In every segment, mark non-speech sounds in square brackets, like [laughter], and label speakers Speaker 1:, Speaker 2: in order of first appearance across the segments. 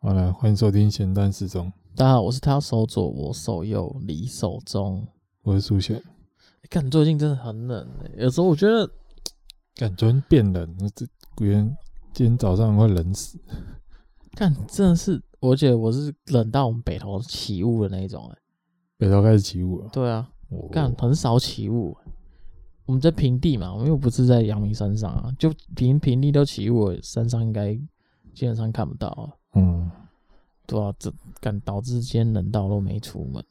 Speaker 1: 好了，欢迎收听咸蛋时钟，
Speaker 2: 大家好，我是他手左，我手右，李手中。
Speaker 1: 我是苏贤。
Speaker 2: 看、最近真的很冷、欸，有时候我觉得
Speaker 1: 感觉变冷，那这原今天早上会冷死。
Speaker 2: 看真的是，我觉得我是冷到我们北头起雾的那一种、欸。
Speaker 1: 北头开始起雾了，哦
Speaker 2: 对啊，
Speaker 1: 我
Speaker 2: 干很少起雾欸、我们在平地嘛，我们又不是在阳明山上啊，就平平地都起雾了，山上应该基本上看不到啊。
Speaker 1: 嗯，
Speaker 2: 对啊，这干导致今天冷到我都没出门。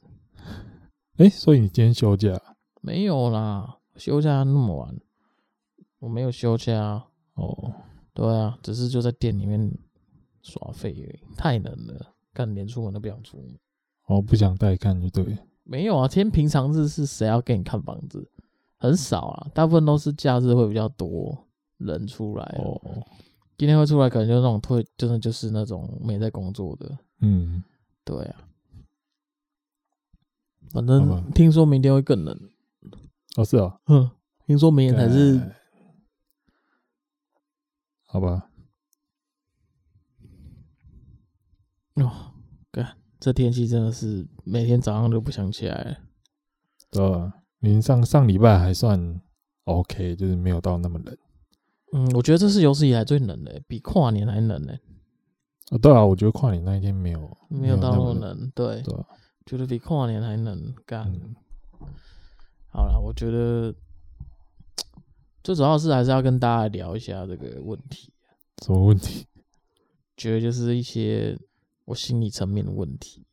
Speaker 1: 哎、所以你今天休假？
Speaker 2: 没有啦，休假那么晚，我没有休假啊。
Speaker 1: 哦，
Speaker 2: 对啊，只是就在店里面耍废而已，太冷了，干连出门都不想出门。
Speaker 1: 我哦不想带看就对了。
Speaker 2: 没有啊，天平常日是谁要给你看房子？很少啊，大部分都是假日会比较多人出来。哦、
Speaker 1: 哦，
Speaker 2: 今天会出来，可能就是那种退，真的就是那种没在工作的。
Speaker 1: 嗯，
Speaker 2: 对啊，反
Speaker 1: 好吧
Speaker 2: 正听说明天会更冷，
Speaker 1: 哦是哦，
Speaker 2: 哼，听说明天才是
Speaker 1: 干好吧？
Speaker 2: 哦，干这天气真的是每天早上都不想起来了。
Speaker 1: 对啊，你上上礼拜还算 OK，就是没有到那么冷。
Speaker 2: 嗯，我觉得这是有史以来最冷的、比跨年还冷呢、
Speaker 1: 啊、对啊，我觉得跨年那一天没有
Speaker 2: 没有到
Speaker 1: 那
Speaker 2: 那
Speaker 1: 么
Speaker 2: 么冷，对，
Speaker 1: 对啊
Speaker 2: 觉得比跨年还冷。干，
Speaker 1: 嗯
Speaker 2: 好了，我觉得最主要是还是要跟大家聊一下这个问题，
Speaker 1: 什么问题？
Speaker 2: 觉得就是一些我心理层面的问题。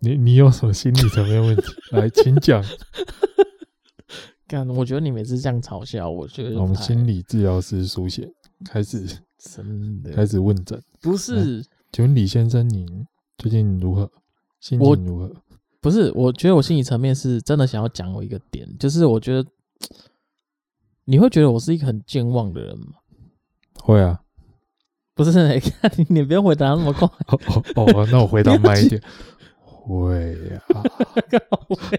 Speaker 1: 你你有什么心理层面
Speaker 2: [laughs]
Speaker 1: 问题？来，请讲。
Speaker 2: 干，我觉得你每次这样嗯嘲笑哦我，觉得
Speaker 1: 我们
Speaker 2: 太
Speaker 1: 心理治疗师苏贤开始
Speaker 2: 真的
Speaker 1: 开始问诊，
Speaker 2: 不是
Speaker 1: 请问李先生，您最近如何？心
Speaker 2: 我
Speaker 1: 情如何？
Speaker 2: 不是，我觉得我心理层面是真的想要讲我一个点，就是我觉得你会觉得我是一个很健忘的人吗？
Speaker 1: 会啊。
Speaker 2: [laughs] 不是， [laughs] 你看你你不用回答那么快，
Speaker 1: 哦哦哦，那我回答慢一
Speaker 2: [laughs]
Speaker 1: 点。会啊， [laughs] [laughs] 这
Speaker 2: 不啊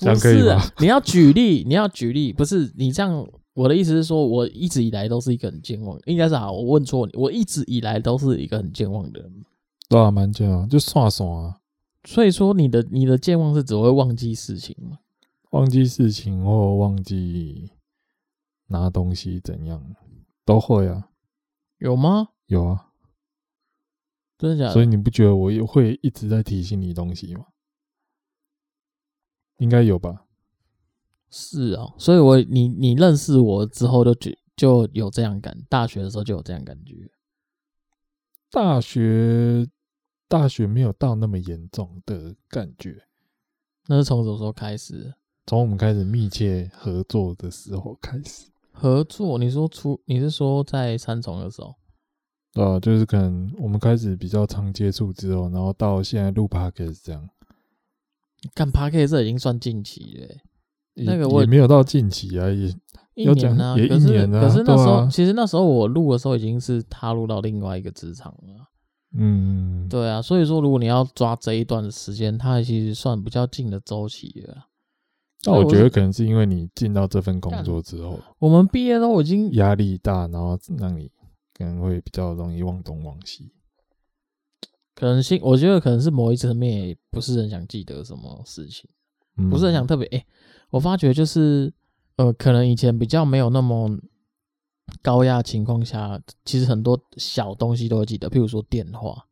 Speaker 1: 样可以
Speaker 2: 是
Speaker 1: 吗
Speaker 2: 啊，你要举例，你要举例，不是你这样。我的意思是说，我一直以来都是一个很健忘，应该是好，我问错你，我一直以来都是一个很健忘的人。
Speaker 1: 对啊，蛮健忘，就算算啊，
Speaker 2: 所以说，你的你的健忘是只会忘记事情吗？
Speaker 1: 忘记事情或忘记拿东西怎样，都会啊，
Speaker 2: 有吗？
Speaker 1: 有啊。
Speaker 2: 真的假
Speaker 1: 所
Speaker 2: 的？
Speaker 1: 以你不觉得我也会一直在提醒你东西吗？应该有吧？
Speaker 2: 是哦，所以我你你认识我之后就觉就有这样感，大学的时候就有这样感觉。
Speaker 1: 大学大学没有到那么严重的感觉。
Speaker 2: 那是从什么时候开始？
Speaker 1: 从我们开始密切合作的时候开始，
Speaker 2: 合作？你说出你是说在三重的时候？
Speaker 1: 对啊，就是可能我们开始比较常接触之后，然后到现在录 podcast 这样，
Speaker 2: 干 p a r k 这已经算近期了欸，
Speaker 1: 也
Speaker 2: 那个我
Speaker 1: 也没有到近期啊，也
Speaker 2: 一
Speaker 1: 要
Speaker 2: 年
Speaker 1: 讲
Speaker 2: 啊，
Speaker 1: 也
Speaker 2: 可
Speaker 1: 一
Speaker 2: 是
Speaker 1: 年啊
Speaker 2: 可是那时候、
Speaker 1: 对啊
Speaker 2: 其实那时候我录的时候已经是踏入到另外一个职场了，
Speaker 1: 嗯，
Speaker 2: 对啊，所以说如果你要抓这一段的时间，它其实算比较近的周期了啊。
Speaker 1: 那
Speaker 2: 所以
Speaker 1: 我
Speaker 2: 我
Speaker 1: 觉得
Speaker 2: 是嗯
Speaker 1: 可能是因为你进到这份工作之后，
Speaker 2: 我们毕业都已经
Speaker 1: 压力大，然后让你可能会比较容易忘东忘西。
Speaker 2: 可能性，我觉得可能是某一层面也不是很想记得什么事情，
Speaker 1: 嗯
Speaker 2: 不是很想特别。哎、我发觉就是呃，可能以前比较没有那么高压的情况下，其实很多小东西都会记得，譬如说电话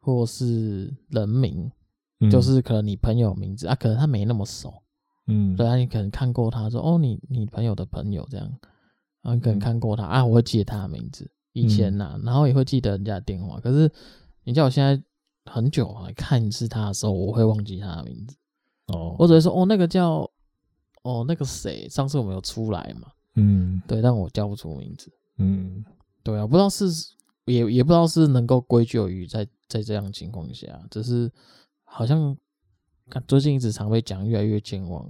Speaker 2: 或是人名，
Speaker 1: 嗯
Speaker 2: 就是可能你朋友名字啊，可能他没那么熟，
Speaker 1: 嗯，
Speaker 2: 对啊，你可能看过他说哦，你你朋友的朋友这样，啊，你可能
Speaker 1: 嗯
Speaker 2: 看过他啊，我会记得他的名字，以前呐、然后也会记得人家的电话，可是你叫我现在很久啊，看一次他的时候，我会忘记他的名字，我
Speaker 1: 哦，
Speaker 2: 只会说哦，那个叫哦那个谁，上次我们有出来嘛，
Speaker 1: 嗯
Speaker 2: 对，但我叫不出名字，
Speaker 1: 嗯，
Speaker 2: 对啊，不知道是也也不知道是能够归咎于在在这样的情况下，只是好像看最近一直常被讲越来越健忘。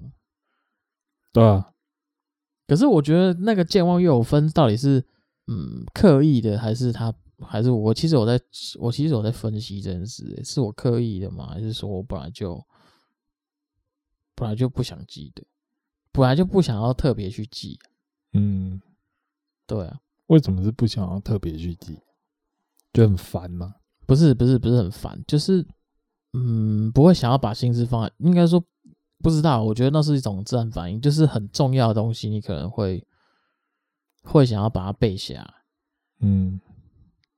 Speaker 1: 对啊，
Speaker 2: 可是我觉得那个健忘又有分，到底是嗯刻意的，还是他，还是我？其实我在，我其实我在分析这件事，欸是我刻意的吗？还是说我本来就本来就不想记的，本来就不想要特别去记？
Speaker 1: 嗯，
Speaker 2: 对啊，
Speaker 1: 为什么是不想要特别去记？就很烦嘛。
Speaker 2: 不是不是不是很烦，就是嗯，不会想要把心思放在，应该说不知道，我觉得那是一种自然反应，就是很重要的东西，你可能会会想要把它背下来，
Speaker 1: 嗯，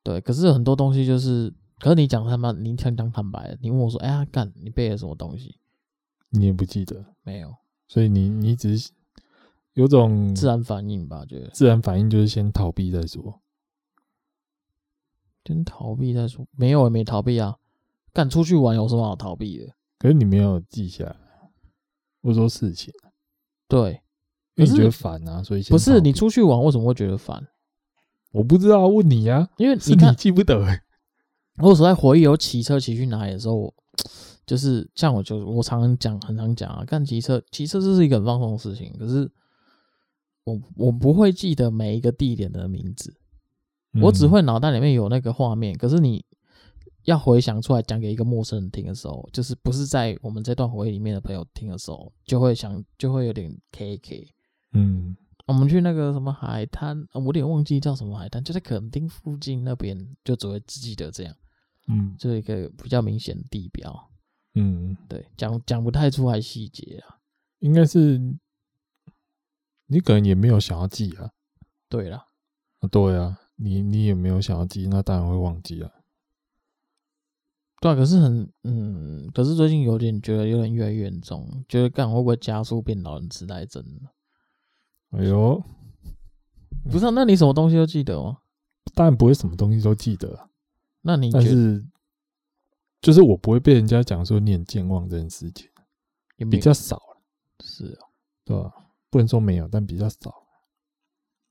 Speaker 2: 对。可是很多东西就是，可是你讲他妈，你讲讲坦白的，你问我说，哎呀，干，你背了什么东西？
Speaker 1: 你也不记得，
Speaker 2: 没有，
Speaker 1: 所以你你只是有种
Speaker 2: 自然反应吧，我觉得
Speaker 1: 自然反应就是先逃避再说。
Speaker 2: 先逃避再说，没有也没逃避啊，干出去玩有什么好逃避的？
Speaker 1: 可是你没有记下来，我说事情，
Speaker 2: 对，
Speaker 1: 因为
Speaker 2: 可是
Speaker 1: 你觉得烦啊，所以先
Speaker 2: 不是
Speaker 1: 逃避
Speaker 2: 你，出去玩为什么会觉得烦？
Speaker 1: 我不知道啊问你啊，
Speaker 2: 因为
Speaker 1: 是
Speaker 2: 你
Speaker 1: 你
Speaker 2: 看，
Speaker 1: 记不得欸、
Speaker 2: 我有时候在回忆有骑车骑去哪里的时候，我就是像我就我常常讲，很常讲啊，干骑车，骑车这是一个很放松的事情，可是我我不会记得每一个地点的名字，我只
Speaker 1: 嗯
Speaker 2: 会脑袋里面有那个画面，可是你要回想出来讲给一个陌生人听的时候，就是不是在我们这段回忆里面的朋友听的时候，就会想就会有点 K K。
Speaker 1: 嗯
Speaker 2: 我们去那个什么海滩，呃我有点忘记叫什么海滩，就在垦丁附近那边，就只会记得这样，
Speaker 1: 嗯
Speaker 2: 就一个比较明显的地标。
Speaker 1: 嗯，
Speaker 2: 对，讲讲不太出来细节啊。
Speaker 1: 应该是你可能也没有想要记啊，
Speaker 2: 对啦，
Speaker 1: 啊对啊，你你也没有想要记，那当然会忘记啊。
Speaker 2: 对啊，可是很嗯，可是最近有点觉得有点越来越严重，觉得干会不会加速变老人痴呆症了？
Speaker 1: 哎呦，
Speaker 2: 不是、啊，那你什么东西都记得哦吗？
Speaker 1: 当然不会什么东西都记得啊、
Speaker 2: 那你觉
Speaker 1: 但
Speaker 2: 得
Speaker 1: 是就是我不会被人家讲说你很健忘这件事情，
Speaker 2: 有没
Speaker 1: 比
Speaker 2: 有
Speaker 1: 较少了，
Speaker 2: 是、哦？
Speaker 1: 对吧、不能说没有，但比较少。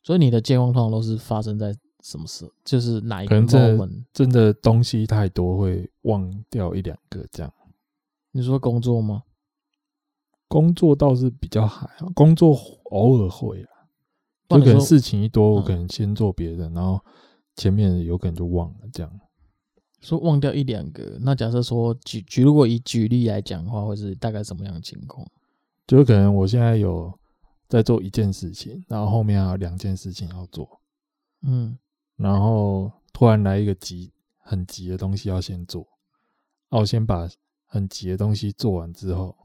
Speaker 2: 所以你的健忘通常都是发生在什么时？就是哪一
Speaker 1: 可
Speaker 2: 个
Speaker 1: 能在
Speaker 2: moment？
Speaker 1: 真的东西太多会忘掉一两个这样。
Speaker 2: 你说工作吗？
Speaker 1: 工作倒是比较还好，工作偶尔会啊，
Speaker 2: 不
Speaker 1: 就
Speaker 2: 然你
Speaker 1: 可能
Speaker 2: 说
Speaker 1: 事情一多，我
Speaker 2: 嗯
Speaker 1: 可能先做别的，然后前面的有可能就忘了这样。
Speaker 2: 说忘掉一两个，那假设说举举，如果以举例来讲的话，会是大概什么样的情况？
Speaker 1: 就是可能我现在有在做一件事情，然后后面还有两件事情要做，
Speaker 2: 嗯，
Speaker 1: 然后突然来一个急很急的东西要先做，啊，我先把很急的东西做完之后，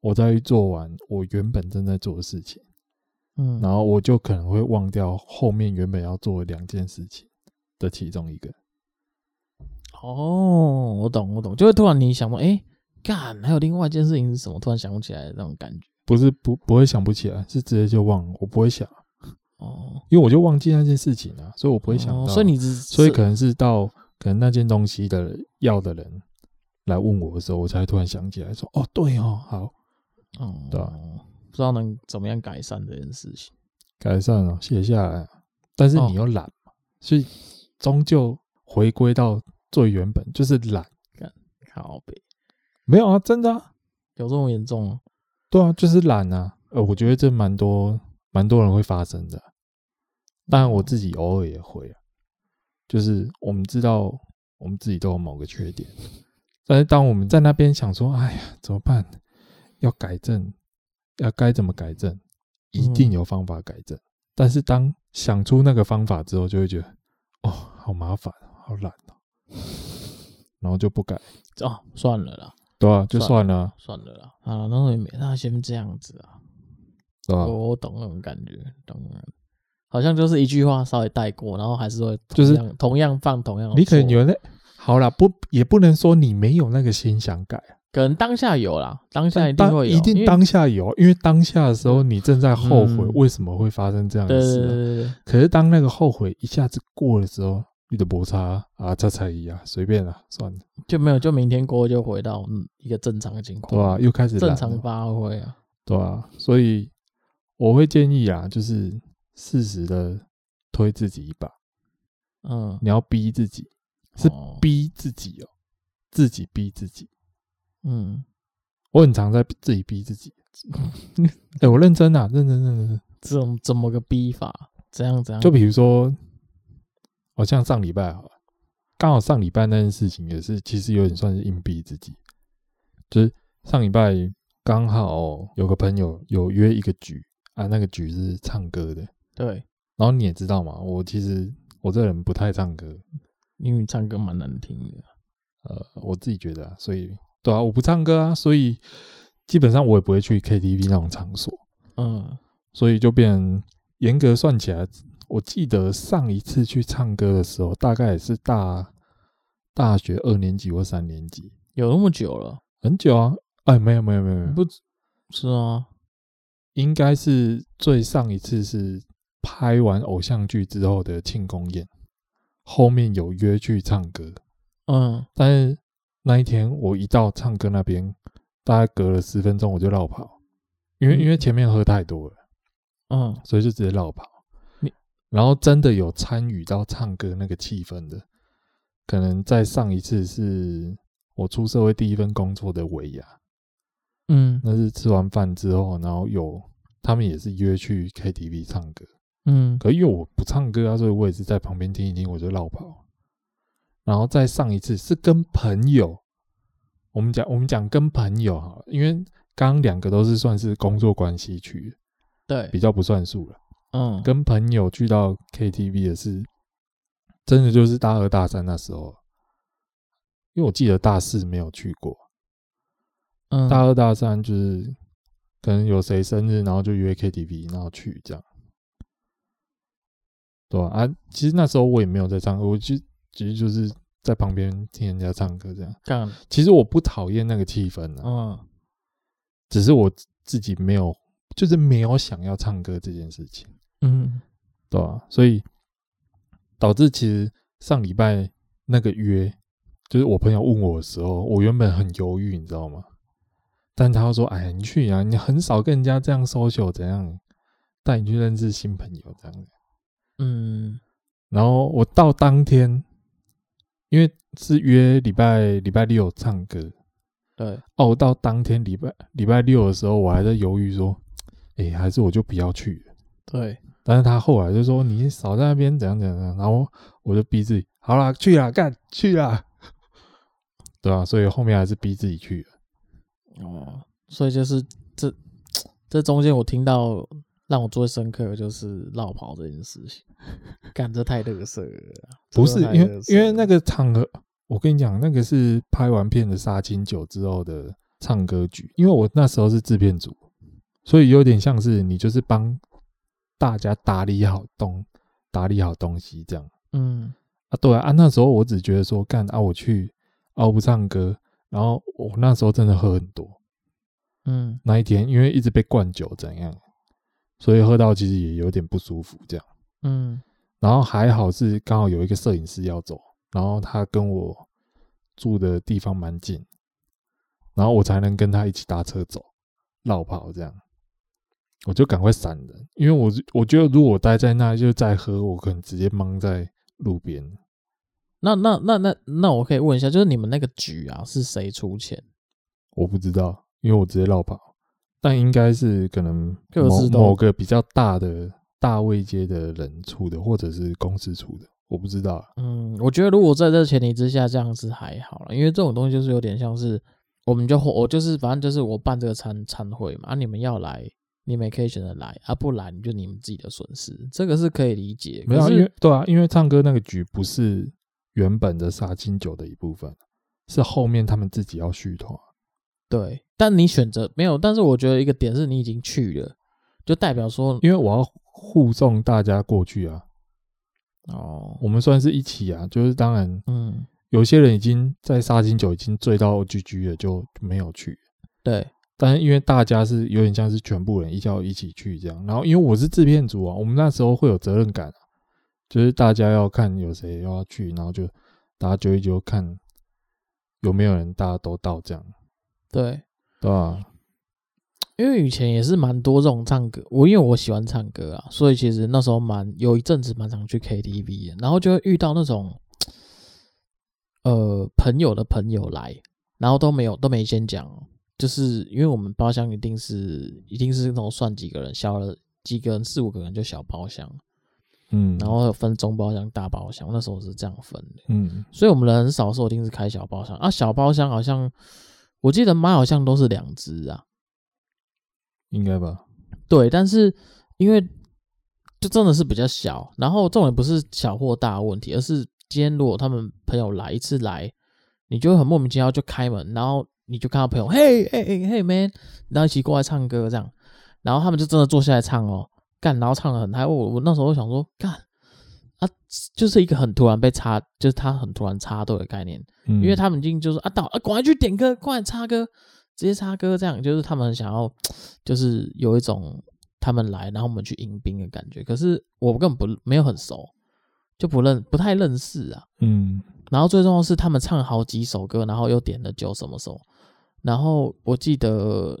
Speaker 1: 我再去做完我原本正在做的事情，
Speaker 2: 嗯，
Speaker 1: 然后我就可能会忘掉后面原本要做的两件事情的其中一个。
Speaker 2: 哦，我懂，我懂，就会突然你想说，哎、干，还有另外一件事情是什么？突然想不起来的那种感觉。
Speaker 1: 不是不不会想不起来，是直接就忘了。我不会想，
Speaker 2: 哦，
Speaker 1: 因为我就忘记那件事情了、所以我不会想到。
Speaker 2: 哦所以你只
Speaker 1: 所以
Speaker 2: 是
Speaker 1: 可能是到可能那件东西的要的人来问我的时候，我才突然想起来说，哦，对哦，好，
Speaker 2: 哦，
Speaker 1: 对啊
Speaker 2: 不知道能怎么样改善这件事情。
Speaker 1: 改善了，写下来。啊但是你又懒嘛，所以终究回归到最原本，就是懒。
Speaker 2: 靠北，
Speaker 1: 没有啊，真的、啊，
Speaker 2: 有这么严重哦吗？
Speaker 1: 对啊，就是懒啊。呃，我觉得这蛮多蛮多人会发生的。当然，我自己偶尔也会啊，就是我们知道我们自己都有某个缺点，但是当我们在那边想说“哎呀，怎么办？要改正，要该怎么改正？”一定有方法改正。但是当想出那个方法之后，就会觉得哦，好麻烦，好懒哦，然后就不改，
Speaker 2: 哦，算了啦，
Speaker 1: 对啊，就算了啊，
Speaker 2: 算了啦，啊，那也没，那先这样子啊。
Speaker 1: 对啊吧、
Speaker 2: 我我懂那种感觉，懂那种感觉好像就是一句话稍微带过，然后还是会同
Speaker 1: 就是
Speaker 2: 样同样放同样的错。
Speaker 1: 你可能有那好啦，不也不能说你没有那个心想改，
Speaker 2: 可能当下有啦，当下
Speaker 1: 啊但
Speaker 2: 一定
Speaker 1: 当
Speaker 2: 会有，
Speaker 1: 一
Speaker 2: 因为
Speaker 1: 定当下有，因为当下的时候你正在后悔
Speaker 2: 嗯
Speaker 1: 为什么会发生这样
Speaker 2: 对
Speaker 1: 的
Speaker 2: 对
Speaker 1: 事、
Speaker 2: 对
Speaker 1: 啊，
Speaker 2: 对对，
Speaker 1: 可是当那个后悔一下子过的时候，你的摩擦啊，这才一样，随便啦，算了，
Speaker 2: 就没有就明天过后就回到嗯一个正常的情
Speaker 1: 对吧、
Speaker 2: 况，
Speaker 1: 又开始懒
Speaker 2: 啊正
Speaker 1: 了
Speaker 2: 常发挥啊。
Speaker 1: 对啊，所以我会建议啊，就是适时的推自己一把，
Speaker 2: 嗯，
Speaker 1: 你要逼自己，是
Speaker 2: 哦
Speaker 1: 逼自己哦，自己逼自己。
Speaker 2: 嗯，
Speaker 1: 我很常在自己逼自己， [laughs] 哎、我认真啊，认真认真认真。
Speaker 2: 这种怎么个逼法？怎样怎样？
Speaker 1: 就比如说，好像上礼拜好了，刚好上礼拜那件事情也是，其实有点算是硬逼自己，就是上礼拜刚好有个朋友有约一个局啊，那个局是唱歌的。
Speaker 2: 对，
Speaker 1: 然后你也知道嘛，我其实我这人不太唱歌，
Speaker 2: 因为你唱歌蛮难听的。
Speaker 1: 呃，我自己觉得、啊，所以对啊，我不唱歌啊，所以基本上我也不会去 KTV 那种场所，
Speaker 2: 嗯，
Speaker 1: 所以就变严格算起来，我记得上一次去唱歌的时候，大概也是大大学二年级或三年级，
Speaker 2: 有那么久了，
Speaker 1: 很久啊。哎，没有没有没有没有，
Speaker 2: 不是啊？
Speaker 1: 应该是最上一次是拍完偶像剧之后的庆功宴，后面有约去唱歌，
Speaker 2: 嗯，
Speaker 1: 但是那一天我一到唱歌那边，大概隔了十分钟我就绕跑，因为
Speaker 2: 嗯
Speaker 1: 因为前面喝太多了，
Speaker 2: 嗯，
Speaker 1: 所以就直接绕跑
Speaker 2: 你。
Speaker 1: 然后真的有参与到唱歌那个气氛的，可能在上一次是我出社会第一份工作的尾牙，
Speaker 2: 嗯，
Speaker 1: 那是吃完饭之后，然后有他们也是约去 KTV 唱歌，
Speaker 2: 嗯，
Speaker 1: 可因为我不唱歌啊，所以我也是在旁边听一听，我就绕跑。然后再上一次是跟朋友，我们讲我们讲跟朋友哈，因为刚刚两个都是算是工作关系去，
Speaker 2: 对
Speaker 1: 比，较不算数了。
Speaker 2: 嗯，
Speaker 1: 跟朋友去到 KTV 也是，真的就是大二大三那时候，因为我记得大四没有去过，
Speaker 2: 嗯
Speaker 1: 大二大三就是可能有谁生日，然后就约 KTV，然后去这样。对啊，啊其实那时候我也没有在唱歌，我就只是就是在旁边听人家唱歌这样。
Speaker 2: 干，
Speaker 1: 其实我不讨厌那个气氛啊，
Speaker 2: 嗯
Speaker 1: 只是我自己没有，就是没有想要唱歌这件事情，
Speaker 2: 嗯
Speaker 1: 对啊，所以导致其实上礼拜那个约，就是我朋友问我的时候，我原本很犹豫，你知道吗？但他又说：“哎呀，你去啊，你很少跟人家这样 social，怎样带你去认识新朋友这样子。
Speaker 2: 嗯”
Speaker 1: 然后我到当天，因为是约礼拜礼拜六唱歌，
Speaker 2: 对，
Speaker 1: 哦，我到当天礼拜礼拜六的时候，我还在犹豫说：“哎，还是我就不要去了
Speaker 2: 对，
Speaker 1: 但是他后来就说你少在那边怎样怎样，怎样，然后我就逼自己，好啦，去啦，干去啦， [laughs] 对啊，所以后面还是逼自己去了。
Speaker 2: 哦，所以就是这这中间我听到让我最深刻的就是绕跑这件事情，干这太乐色了啊，
Speaker 1: 不 [laughs] 是
Speaker 2: 真的太
Speaker 1: 因为
Speaker 2: 乐色
Speaker 1: 因为那
Speaker 2: 了
Speaker 1: 个场合，我跟你讲，那个是拍完片的杀青酒之后的唱歌局，因为我那时候是制片组，所以有点像是你就是帮大家打理好东打理好东西这样。
Speaker 2: 嗯
Speaker 1: 啊，对啊啊，那时候我只觉得说，干啊，我去，啊，我不唱歌，然后我那时候真的喝很多，
Speaker 2: 嗯
Speaker 1: 那一天因为一直被灌酒怎样，所以喝到其实也有点不舒服这样。
Speaker 2: 嗯
Speaker 1: 然后还好是刚好有一个摄影师要走，然后他跟我住的地方蛮近，然后我才能跟他一起搭车走，绕跑这样。我就赶快闪人，因为我我觉得如果我待在那就再喝，我可能直接懵在路边。
Speaker 2: 那那那那那我可以问一下，就是你们那个局啊，是谁出钱？
Speaker 1: 我不知道，因为我直接绕跑，但应该是可能
Speaker 2: 各
Speaker 1: 某
Speaker 2: 自都
Speaker 1: 某个比较大的大位阶的人出的，或者是公司出的，我不知道啊。
Speaker 2: 嗯，我觉得如果在这前提之下，这样是还好了，因为这种东西就是有点像是，我们就我就是反正就是我办这个餐餐会嘛，啊你们要来，你们也可以选择来，啊不来你就你们自己的损失，这个是可以理解。
Speaker 1: 没有啊，
Speaker 2: 可
Speaker 1: 因
Speaker 2: 是
Speaker 1: 为对啊，因为唱歌那个局不是原本的杀青酒的一部分，是后面他们自己要续团。啊
Speaker 2: 对，但你选择没有，但是我觉得一个点是你已经去了，就代表说
Speaker 1: 因为我要护送大家过去啊，
Speaker 2: 哦，
Speaker 1: 我们算是一起啊，就是当然
Speaker 2: 嗯，
Speaker 1: 有些人已经在杀青酒已经醉到 GG 了，就没有去。
Speaker 2: 对，
Speaker 1: 但是因为大家是有点像是全部人一要一起去这样，然后因为我是制片组啊，我们那时候会有责任感、啊，就是大家要看有谁要去，然后就大家揪一揪看有没有人大家都到这样，
Speaker 2: 对，
Speaker 1: 对吧、
Speaker 2: 因为以前也是蛮多这种唱歌，我因为我喜欢唱歌啊，所以其实那时候蛮有一阵子蛮常去 KTV 的，然后就会遇到那种，呃，朋友的朋友来，然后都没有都没先讲哦，就是因为我们包厢一定是一定是那种算几个人，小了几个人四五个人就小包厢，
Speaker 1: 嗯，
Speaker 2: 然后有分中包厢、大包厢，那时候是这样分的。
Speaker 1: 嗯，
Speaker 2: 所以我们人很少的时候，一定是开小包厢啊。小包厢好像我记得买好像都是两只啊，
Speaker 1: 应该吧，
Speaker 2: 对，但是因为就真的是比较小，然后重点不是小或大的问题，而是今天如果他们朋友来一次来，你就会很莫名其妙就开门，然后你就看到朋友，嘿，哎哎嘿，man，然后一起过来唱歌这样，然后他们就真的坐下来唱哦，干，然后唱的很嗨。我我那时候想说，干啊，就是一个很突然被插，就是他很突然插队的概念，
Speaker 1: 嗯
Speaker 2: 因为他们已经就是啊到啊，赶快去点歌，快点插歌，直接插歌，这样就是他们很想要，就是有一种他们来，然后我们去迎宾的感觉。可是我根本不没有很熟，就不认不太认识啊。
Speaker 1: 嗯
Speaker 2: 然后最重要的是他们唱好几首歌，然后又点了酒什么什么。然后我记得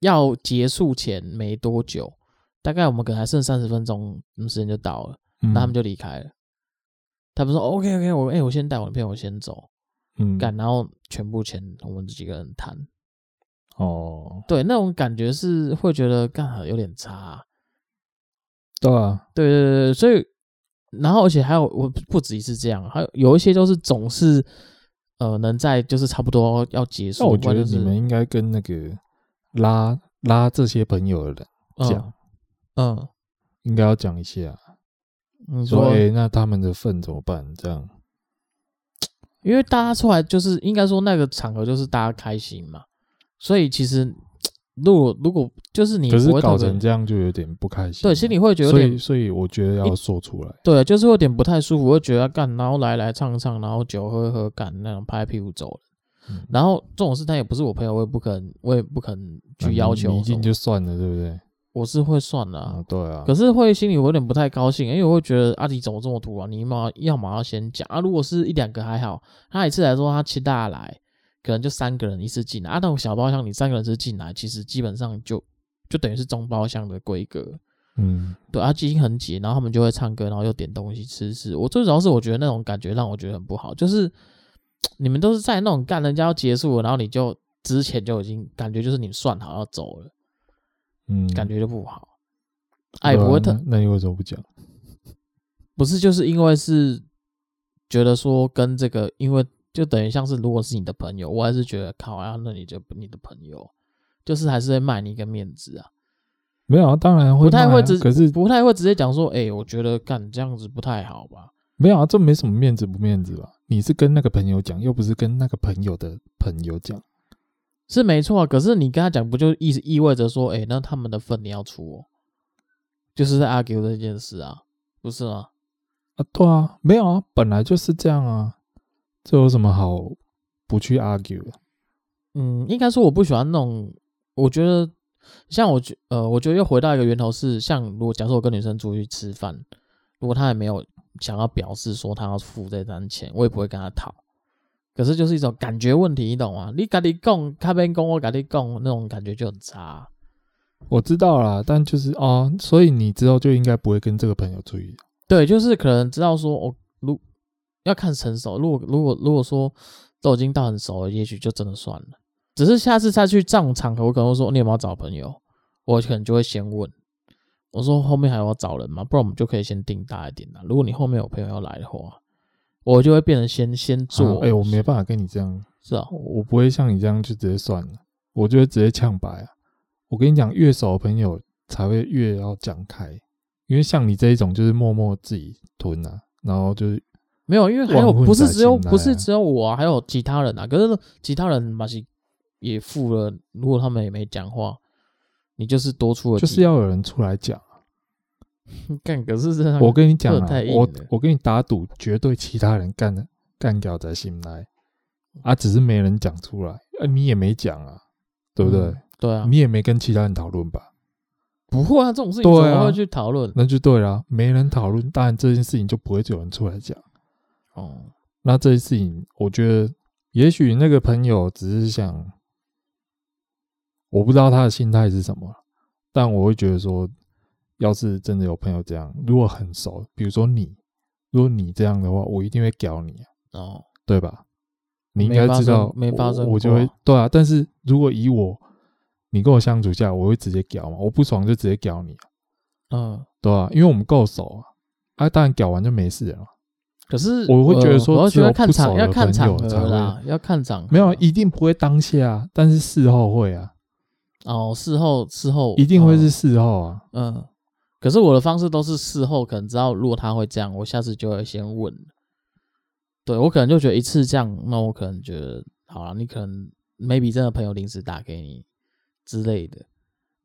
Speaker 2: 要结束前没多久，大概我们可能还剩三十分钟，嗯时间就到了。
Speaker 1: 嗯，
Speaker 2: 那他们就离开了。他们说 OK OK，我哎、我先带我的朋友先走，
Speaker 1: 嗯
Speaker 2: 干，然后全部钱我们几个人摊。
Speaker 1: 哦，
Speaker 2: 对，那种感觉是会觉得干好有点差、啊
Speaker 1: 对啊，
Speaker 2: 对对对对，所以然后而且还有我不不止一次这样，还有有一些就是总是呃能在就是差不多要结束，
Speaker 1: 那我觉
Speaker 2: 不
Speaker 1: 得
Speaker 2: 然就
Speaker 1: 你
Speaker 2: 是
Speaker 1: 们应该跟那个拉拉这些朋友的人讲，
Speaker 2: 嗯嗯，
Speaker 1: 应该要讲一下，啊
Speaker 2: 你
Speaker 1: 说
Speaker 2: 说
Speaker 1: 哎、诶那他们的份怎么办？这样，
Speaker 2: 因为大家出来就是应该说那个场合就是大家开心嘛，所以其实如果如果就是你
Speaker 1: 可是
Speaker 2: 不会特
Speaker 1: 搞
Speaker 2: 别
Speaker 1: 成这样就有点不开心，
Speaker 2: 对，心里会觉得有
Speaker 1: 所以
Speaker 2: 点
Speaker 1: 所以我觉得要说出来，
Speaker 2: 对，就是会有点不太舒服，会觉得干，然后来来唱唱，然后酒喝一喝干，那种拍屁股走了。
Speaker 1: 嗯啊
Speaker 2: 然后这种事他也不是我朋友，我也不肯，我也不肯去要求
Speaker 1: 你你一
Speaker 2: 什
Speaker 1: 进
Speaker 2: 么。
Speaker 1: 就算了，对不对？
Speaker 2: 我是会算的、
Speaker 1: 啊
Speaker 2: 啊，，
Speaker 1: 对啊，
Speaker 2: 可是会心里有点不太高兴，因为我会觉得阿迪、你怎么这么突然？你嘛要么要先讲啊，如果是一两个还好，他一次来说他七大家来，可能就三个人一次进来啊，那种小包厢你三个人一次进来，其实基本上就就等于是中包厢的规格。
Speaker 1: 嗯
Speaker 2: 对啊，基因很紧，然后他们就会唱歌，然后又点东西吃吃。我最主要是我觉得那种感觉让我觉得很不好，就是你们都是在那种干人家要结束了，然后你就之前就已经感觉就是你算好要走了，
Speaker 1: 嗯，
Speaker 2: 感觉就不好。
Speaker 1: 对啊
Speaker 2: 哎、不会特、
Speaker 1: 那那你为什么不讲？
Speaker 2: 不是就是因为是觉得说跟这个，因为就等于像是如果是你的朋友，我还是觉得靠啊，那你就你的朋友，就是还是会卖你一个面子啊。
Speaker 1: 没有啊，当然会
Speaker 2: 不太
Speaker 1: 骂啊
Speaker 2: 会直
Speaker 1: 可是
Speaker 2: 不太会直接讲说，哎、我觉得干这样子不太好吧。
Speaker 1: 没有啊，这没什么面子不面子吧？你是跟那个朋友讲，又不是跟那个朋友的朋友讲。
Speaker 2: 是没错啊，可是你跟他讲，不就意意味着说，哎、那他们的份你要出哦，就是在 argue 这件事啊，不是吗？
Speaker 1: 啊，对啊，没有啊，本来就是这样啊，这有什么好不去 argue 的？
Speaker 2: 嗯，应该说我不喜欢那种，我觉得像我觉呃，我觉得又回到一个源头是，像如果假设我跟女生出去吃饭，如果她也没有想要表示说她要付这单钱，我也不会跟她讨。可是就是一种感觉问题，你懂吗？你跟你讲，他边讲我跟你讲，那种感觉就很差啊、
Speaker 1: 我知道啦，但就是哦，所以你之后就应该不会跟这个朋友出去。
Speaker 2: 对，就是可能知道说，哦，如要看成熟。如果如果如果说都已经到很熟了，也许就真的算了。只是下次再去这种场合，我可能会说你有没有找朋友，我可能就会先问，我说后面还要找人吗？不然我们就可以先定大一点啦。如果你后面有朋友要来的话，我就会变成先先
Speaker 1: 啊
Speaker 2: 做。
Speaker 1: 哎、我没办法跟你这样，
Speaker 2: 是啊，
Speaker 1: 我我不会像你这样就直接算了，我就会直接呛白啊。我跟你讲，越熟的朋友才会越要讲开，因为像你这一种就是默默自己吞啊，然后就是
Speaker 2: 没有，因为还有
Speaker 1: 忘乎
Speaker 2: 不是
Speaker 1: 在
Speaker 2: 只有
Speaker 1: 心来啊
Speaker 2: 不是只有我、啊，还有其他人啊。可是其他人嘛是也付了，如果他们也没讲话，你就是多出了
Speaker 1: 就
Speaker 2: 几
Speaker 1: 是要有人出来讲。啊
Speaker 2: 干，可是这
Speaker 1: 我跟你讲、
Speaker 2: 不能
Speaker 1: 啊
Speaker 2: 太，硬
Speaker 1: 我
Speaker 2: 了
Speaker 1: 我跟你打赌，绝对其他人干的干掉在心来啊，只是没人讲出来，啊，你也没讲啊，对不对？
Speaker 2: 嗯对啊，
Speaker 1: 你也没跟其他人讨论吧？
Speaker 2: 不会啊，这种事情怎
Speaker 1: 对啊
Speaker 2: 么会去讨论？
Speaker 1: 那就对啦，没人讨论，当然这件事情就不会有人出来讲。
Speaker 2: 哦，
Speaker 1: 那这件事情，我觉得也许那个朋友只是想，我不知道他的心态是什么，但我会觉得说，要是真的有朋友这样，如果很熟，比如说你，如果你这样的话，我一定会屌你啊。
Speaker 2: 哦，
Speaker 1: 对吧？你应
Speaker 2: 没
Speaker 1: 该
Speaker 2: 发
Speaker 1: 知
Speaker 2: 生
Speaker 1: 道，
Speaker 2: 没发生
Speaker 1: 我，我就
Speaker 2: 过
Speaker 1: 会对啊。但是如果以我，你跟我相处下，我会直接屌嘛，我不爽就直接屌你、啊，
Speaker 2: 嗯，
Speaker 1: 对吧、因为我们够熟啊，啊，当然屌完就没事了嘛。
Speaker 2: 可是
Speaker 1: 我会觉得
Speaker 2: 呃
Speaker 1: 说
Speaker 2: 我要
Speaker 1: 只
Speaker 2: 觉
Speaker 1: 有
Speaker 2: 得看
Speaker 1: 不熟
Speaker 2: 场，
Speaker 1: 的
Speaker 2: 要看场合
Speaker 1: 朋友才
Speaker 2: 啦，要看场合，
Speaker 1: 没有啊，一定不会当下啊，但是事后会啊，
Speaker 2: 哦，事后事后
Speaker 1: 一定会是
Speaker 2: 哦
Speaker 1: 事后啊。
Speaker 2: 嗯，可是我的方式都是事后可能知道，如果他会这样，我下次就会先问。对我可能就觉得一次这样，那我可能觉得好了，你可能 maybe 真的朋友临时打给你之类的，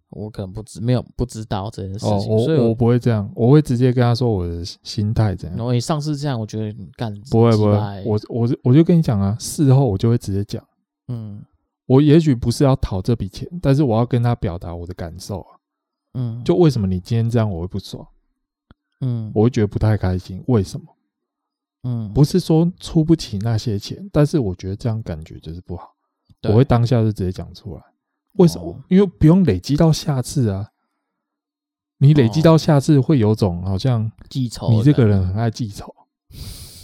Speaker 2: 我可能不知没有不知道这件事情，
Speaker 1: 哦，
Speaker 2: 所以
Speaker 1: 我我不会这样，我会直接跟他说我的心态怎
Speaker 2: 然
Speaker 1: 样。
Speaker 2: 后你上次这样，我觉得你干
Speaker 1: 不会
Speaker 2: 鸡
Speaker 1: 不会
Speaker 2: 巴欸，
Speaker 1: 我我我就跟你讲啊，事后我就会直接讲。
Speaker 2: 嗯
Speaker 1: 我也许不是要讨这笔钱，但是我要跟他表达我的感受啊。
Speaker 2: 嗯
Speaker 1: 就为什么你今天这样我会不爽，
Speaker 2: 嗯
Speaker 1: 我会觉得不太开心，为什么？
Speaker 2: 嗯
Speaker 1: 不是说出不起那些钱，但是我觉得这样感觉就是不好，我
Speaker 2: 对
Speaker 1: 会当下就直接讲出来。为什么？
Speaker 2: 哦
Speaker 1: 因为不用累积到下次啊。你累积到下次会有种好像
Speaker 2: 记仇
Speaker 1: 你这个
Speaker 2: 人
Speaker 1: 人很爱记仇，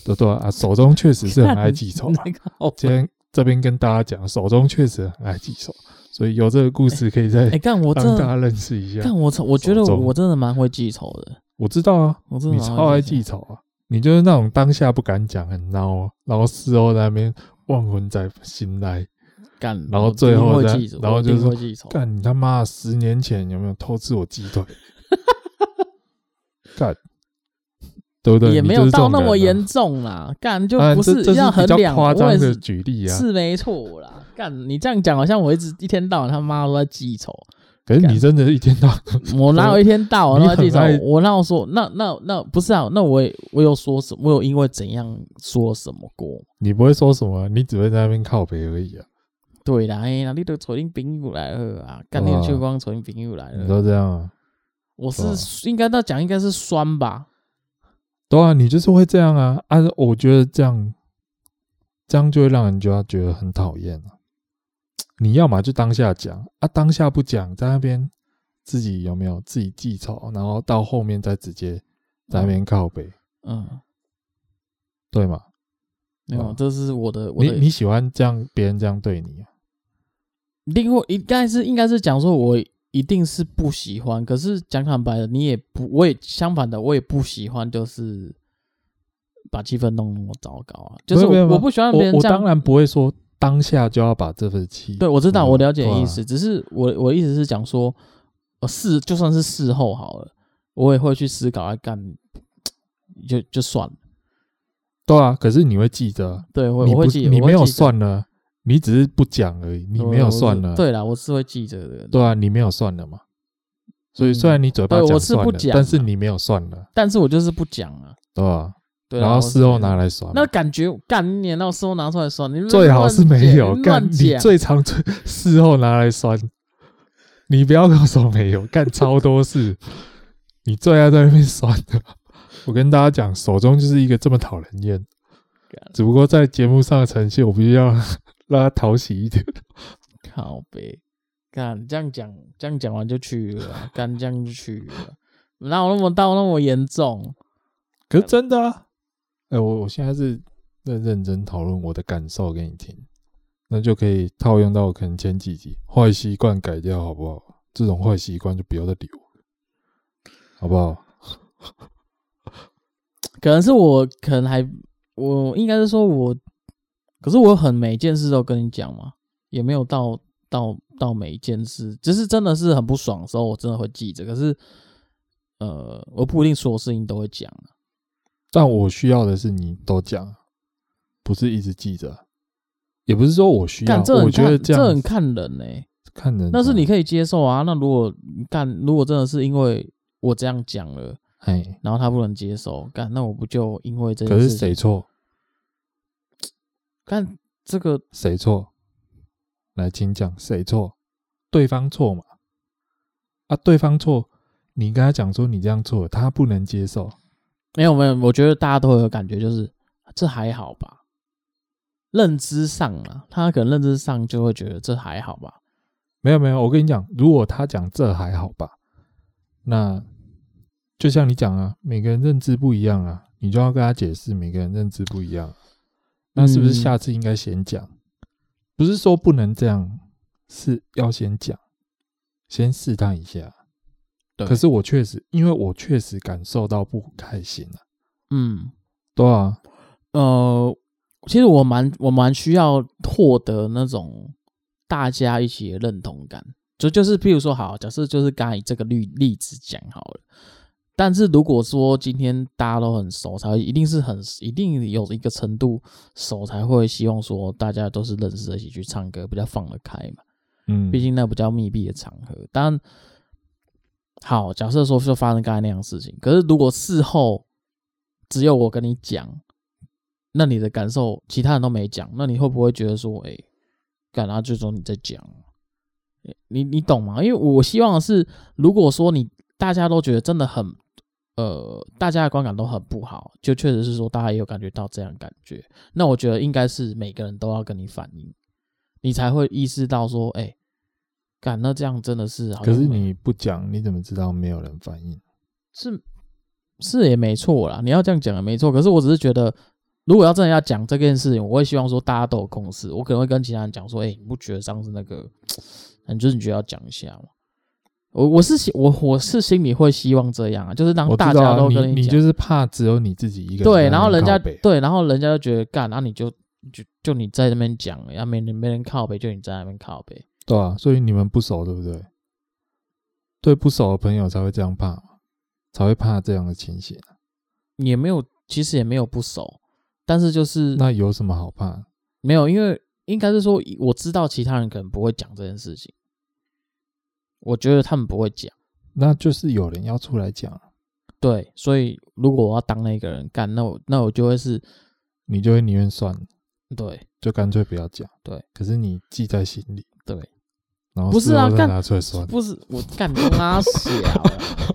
Speaker 1: 对对啊，手中确实是很爱记仇、
Speaker 2: [laughs]
Speaker 1: 啊。
Speaker 2: 那个好
Speaker 1: 今天这边跟大家讲，手中确实很爱记仇，所以有这个故事可以再
Speaker 2: 哎干我
Speaker 1: 让
Speaker 2: 真
Speaker 1: 大
Speaker 2: 的
Speaker 1: 家认识一下。
Speaker 2: 干我操我觉得
Speaker 1: 手
Speaker 2: 我
Speaker 1: 中
Speaker 2: 我真的蛮会记仇的，
Speaker 1: 我知道啊，
Speaker 2: 我真的
Speaker 1: 你
Speaker 2: 蛮会
Speaker 1: 超爱
Speaker 2: 记
Speaker 1: 记
Speaker 2: 仇
Speaker 1: 仇啊！你就是那种当下不敢讲，很孬、啊，然后事后在那边忘魂在心来，
Speaker 2: 干，
Speaker 1: 然后
Speaker 2: 我
Speaker 1: 最
Speaker 2: 一定
Speaker 1: 后
Speaker 2: 会
Speaker 1: 再
Speaker 2: 记仇
Speaker 1: 然后
Speaker 2: 我一
Speaker 1: 就
Speaker 2: 定
Speaker 1: 是
Speaker 2: 会记仇，
Speaker 1: 干你他妈的十年前有没有偷吃我鸡
Speaker 2: [laughs]
Speaker 1: 腿？干，对不对？
Speaker 2: 也
Speaker 1: 你
Speaker 2: 没
Speaker 1: 就
Speaker 2: 有
Speaker 1: 是这
Speaker 2: 到
Speaker 1: 种
Speaker 2: 那
Speaker 1: 人
Speaker 2: 么
Speaker 1: 啊
Speaker 2: 严重啦，干就
Speaker 1: 当然
Speaker 2: 不
Speaker 1: 哎这这
Speaker 2: 要
Speaker 1: 是
Speaker 2: 衡
Speaker 1: 比较
Speaker 2: 量，
Speaker 1: 夸
Speaker 2: 我
Speaker 1: 张
Speaker 2: 也
Speaker 1: 的
Speaker 2: 是
Speaker 1: 举例啊。
Speaker 2: 是没错啦。干你这样讲，好像我一直一天到晚他妈都在记仇，
Speaker 1: 可是你真的一天到晚
Speaker 2: 我哪有一天到晚都在记仇
Speaker 1: 你很爱？
Speaker 2: 我那我说那那那不是啊？那我也我有说什我有因为怎样说什么过？
Speaker 1: 你不会说什么，你只会在那边靠北而已啊。
Speaker 2: 对啦，哎呀，你都昨天朋友来了啊，干
Speaker 1: 哇
Speaker 2: 你就光昨天朋友来
Speaker 1: 你
Speaker 2: 了。
Speaker 1: 都这样啊？
Speaker 2: 我
Speaker 1: 哇
Speaker 2: 是应该要讲应该是酸吧？
Speaker 1: 对啊，你就是会这样啊啊！我觉得这样，这样就会让人家觉得很讨厌啊。你要嘛就当下讲啊，当下不讲，在那边自己有没有自己记仇，然后到后面再直接在那边靠北，
Speaker 2: 嗯，
Speaker 1: 对吗？
Speaker 2: 没有
Speaker 1: 哇，
Speaker 2: 这是我的我
Speaker 1: 你
Speaker 2: 的
Speaker 1: 你喜欢这样别人这样对你啊？
Speaker 2: 另外应该是应该是讲说，我一定是不喜欢。可是讲坦白的，你也不，我也相反的，我也不喜欢，就是把气氛弄那么糟糕啊。就是
Speaker 1: 没有没有
Speaker 2: 我
Speaker 1: 没有
Speaker 2: 我不喜欢别
Speaker 1: 我
Speaker 2: 人
Speaker 1: 我
Speaker 2: 这样。
Speaker 1: 当然不会说当下就要把这份气，
Speaker 2: 对，我知道，
Speaker 1: 嗯
Speaker 2: 我了解
Speaker 1: 对啊
Speaker 2: 意思，只是我我的意思是讲说，呃，事就算是事后好了，我也会去思考，哎，干就就算了。
Speaker 1: 对啊。可是你会记得啊，
Speaker 2: 对，我
Speaker 1: 你
Speaker 2: 我会
Speaker 1: 不
Speaker 2: 记，
Speaker 1: 你
Speaker 2: 我会
Speaker 1: 没有
Speaker 2: 记着，
Speaker 1: 算了，你只是不讲而已，你
Speaker 2: 我
Speaker 1: 没有
Speaker 2: 我是
Speaker 1: 算了，
Speaker 2: 对啦，我是会记着的。
Speaker 1: 对啊，你没有算了嘛。所以虽然你嘴巴
Speaker 2: 对
Speaker 1: 讲
Speaker 2: 我是
Speaker 1: 算
Speaker 2: 不
Speaker 1: 了，
Speaker 2: 讲
Speaker 1: 但
Speaker 2: 啊
Speaker 1: 是你没有算了，
Speaker 2: 但是我就是不讲啊。
Speaker 1: 对吧？
Speaker 2: 对啊，
Speaker 1: 然后
Speaker 2: 我是
Speaker 1: 事后
Speaker 2: 这样
Speaker 1: 拿来耍嘛，
Speaker 2: 那感觉干你娘，那我事后拿出来算，你们
Speaker 1: 最好是没有
Speaker 2: 乱
Speaker 1: 干。
Speaker 2: 乱
Speaker 1: 你
Speaker 2: 讲，
Speaker 1: 最常最事后拿来酸，你不要跟我说没有干超多事， [laughs] 你最爱在那边酸的。我跟大家讲，手中就是一个这么讨人厌
Speaker 2: 干，
Speaker 1: 只不过在节目上的呈现，我必须要 [laughs] 让他讨喜一点。
Speaker 2: 靠呗，干这样讲，这样讲完就去了啊，干这样就去了，啊哪有那么到那么严重？啊
Speaker 1: 可是真的啊，哎、我我现在是在认真讨论我的感受给你听，那就可以套用到可能前几集坏习惯改掉好不好？这种坏习惯就不要再理我了，好不好？
Speaker 2: 可能是我，可能还我应该是说我，可是我很每件事都跟你讲嘛，也没有到到到每一件事，只是真的是很不爽的时候，我真的会记着。可是，呃，我不一定所有事情都会讲啊。
Speaker 1: 但我需要的是你都讲，不是一直记着，也不是说我需要，
Speaker 2: 干这很
Speaker 1: 我觉
Speaker 2: 看
Speaker 1: 得这样
Speaker 2: 很看人呢、
Speaker 1: 看人，
Speaker 2: 那是你可以接受啊。那如果干，如果真的是因为我这样讲了，
Speaker 1: 哎，
Speaker 2: 然后他不能接受，干，那我不就因为这
Speaker 1: 可
Speaker 2: 件
Speaker 1: 是
Speaker 2: 事情
Speaker 1: 谁错
Speaker 2: 干这个？
Speaker 1: 谁错？来，请讲谁错？对方错嘛？啊，对方错，你跟他讲说你这样错，他不能接受。
Speaker 2: 没有没有，我觉得大家都会有感觉，就是这还好吧，认知上啊，他可能认知上就会觉得这还好吧。
Speaker 1: 没有没有，我跟你讲，如果他讲这还好吧，那就像你讲啊，每个人认知不一样啊，你就要跟他解释每个人认知不一样啊。那是不是
Speaker 2: 嗯
Speaker 1: 下次应该先讲？不是说不能这样，是要先讲，先试探一下。
Speaker 2: 对
Speaker 1: 可是我确实，因为我确实感受到不开心了、
Speaker 2: 嗯，
Speaker 1: 对啊，
Speaker 2: 呃，其实我蛮我蛮需要获得那种大家一起的认同感，就就是譬如说，好，假设就是刚才以这个例例子讲好了，但是如果说今天大家都很熟，才会一定是很一定有一个程度熟，才会希望说大家都是认识的一起去唱歌，比较放得开嘛。
Speaker 1: 嗯，
Speaker 2: 毕竟那比较密闭的场合。当然，好，假设说就发生刚才那样的事情，可是如果事后只有我跟你讲，那你的感受其他人都没讲，那你会不会觉得说，哎、干啊，最终你在讲，你你懂吗？因为我希望的是，如果说你大家都觉得真的很。呃，大家的观感都很不好，就确实是说大家也有感觉到这样的感觉。那我觉得应该是每个人都要跟你反映，你才会意识到说，哎、干那这样真的是好
Speaker 1: 可
Speaker 2: 像
Speaker 1: 是
Speaker 2: 没
Speaker 1: 你不讲，你怎么知道没有人反应？
Speaker 2: 是是也没错啦，你要这样讲也没错。可是我只是觉得，如果要真的要讲这件事情，我会希望说大家都有共识。我可能会跟其他人讲说，哎、你不觉得上次那个，你就是你觉得要讲一下吗？我我是希我我是心里会希望这样啊，就是当
Speaker 1: 我
Speaker 2: 大
Speaker 1: 知
Speaker 2: 家
Speaker 1: 道
Speaker 2: 都
Speaker 1: 啊，
Speaker 2: 跟
Speaker 1: 你
Speaker 2: 讲，
Speaker 1: 就是怕只有你自己一个
Speaker 2: 对，
Speaker 1: 在那
Speaker 2: 然后
Speaker 1: 边
Speaker 2: 人家
Speaker 1: 靠北
Speaker 2: 对，然后人家就觉得干，然后你就就就你在那边讲，然后没人没人靠北，就你在那边靠北。
Speaker 1: 对啊，所以你们不熟对不对？对不熟的朋友才会这样怕嘛，才会怕这样的情形。
Speaker 2: 也没有，其实也没有不熟，但是就是
Speaker 1: 那有什么好怕？
Speaker 2: 没有，因为应该是说我知道其他人可能不会讲这件事情，我觉得他们不会讲，
Speaker 1: 那就是有人要出来讲，
Speaker 2: 对，所以如果我要当那个人干，那我那我就会是
Speaker 1: 你就会宁愿算了，
Speaker 2: 对
Speaker 1: 就干脆不要讲。
Speaker 2: 对，
Speaker 1: 可是你记在心里，
Speaker 2: 对，
Speaker 1: 然后
Speaker 2: 不是啊
Speaker 1: 事后再
Speaker 2: 干
Speaker 1: 拿出来算，
Speaker 2: 不是我干跟他小啊，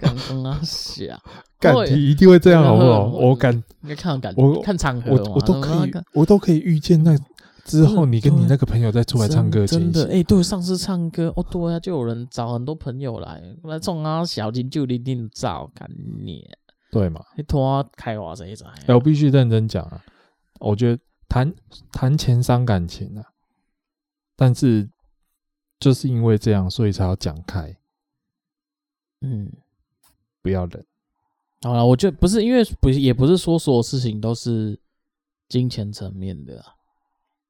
Speaker 2: 干跟他小，
Speaker 1: 干
Speaker 2: 对
Speaker 1: 你一定会这样好不好？
Speaker 2: 真的会
Speaker 1: 我敢，
Speaker 2: 应该看感
Speaker 1: 我
Speaker 2: 看场合
Speaker 1: 我
Speaker 2: 嘛，
Speaker 1: 我都
Speaker 2: 那
Speaker 1: 可以
Speaker 2: 个，
Speaker 1: 我都可以预见那之后
Speaker 2: 真的
Speaker 1: 你跟你
Speaker 2: 对
Speaker 1: 那个朋友再出来唱歌的
Speaker 2: 真
Speaker 1: 情
Speaker 2: 的哎、
Speaker 1: 形。
Speaker 2: 欸对，上次唱歌哦，对啊，就有人找很多朋友来来冲啊，小金就一定找干你，
Speaker 1: 对嘛？
Speaker 2: 你拖开我谁在？
Speaker 1: 哎、我必须认真讲啊，我觉得谈谈钱伤感情啊，但是就是因为这样，所以才要讲开，
Speaker 2: 嗯。
Speaker 1: 不要忍。
Speaker 2: 好了，我觉得不是因为不是也不是说所有事情都是金钱层面的、啊，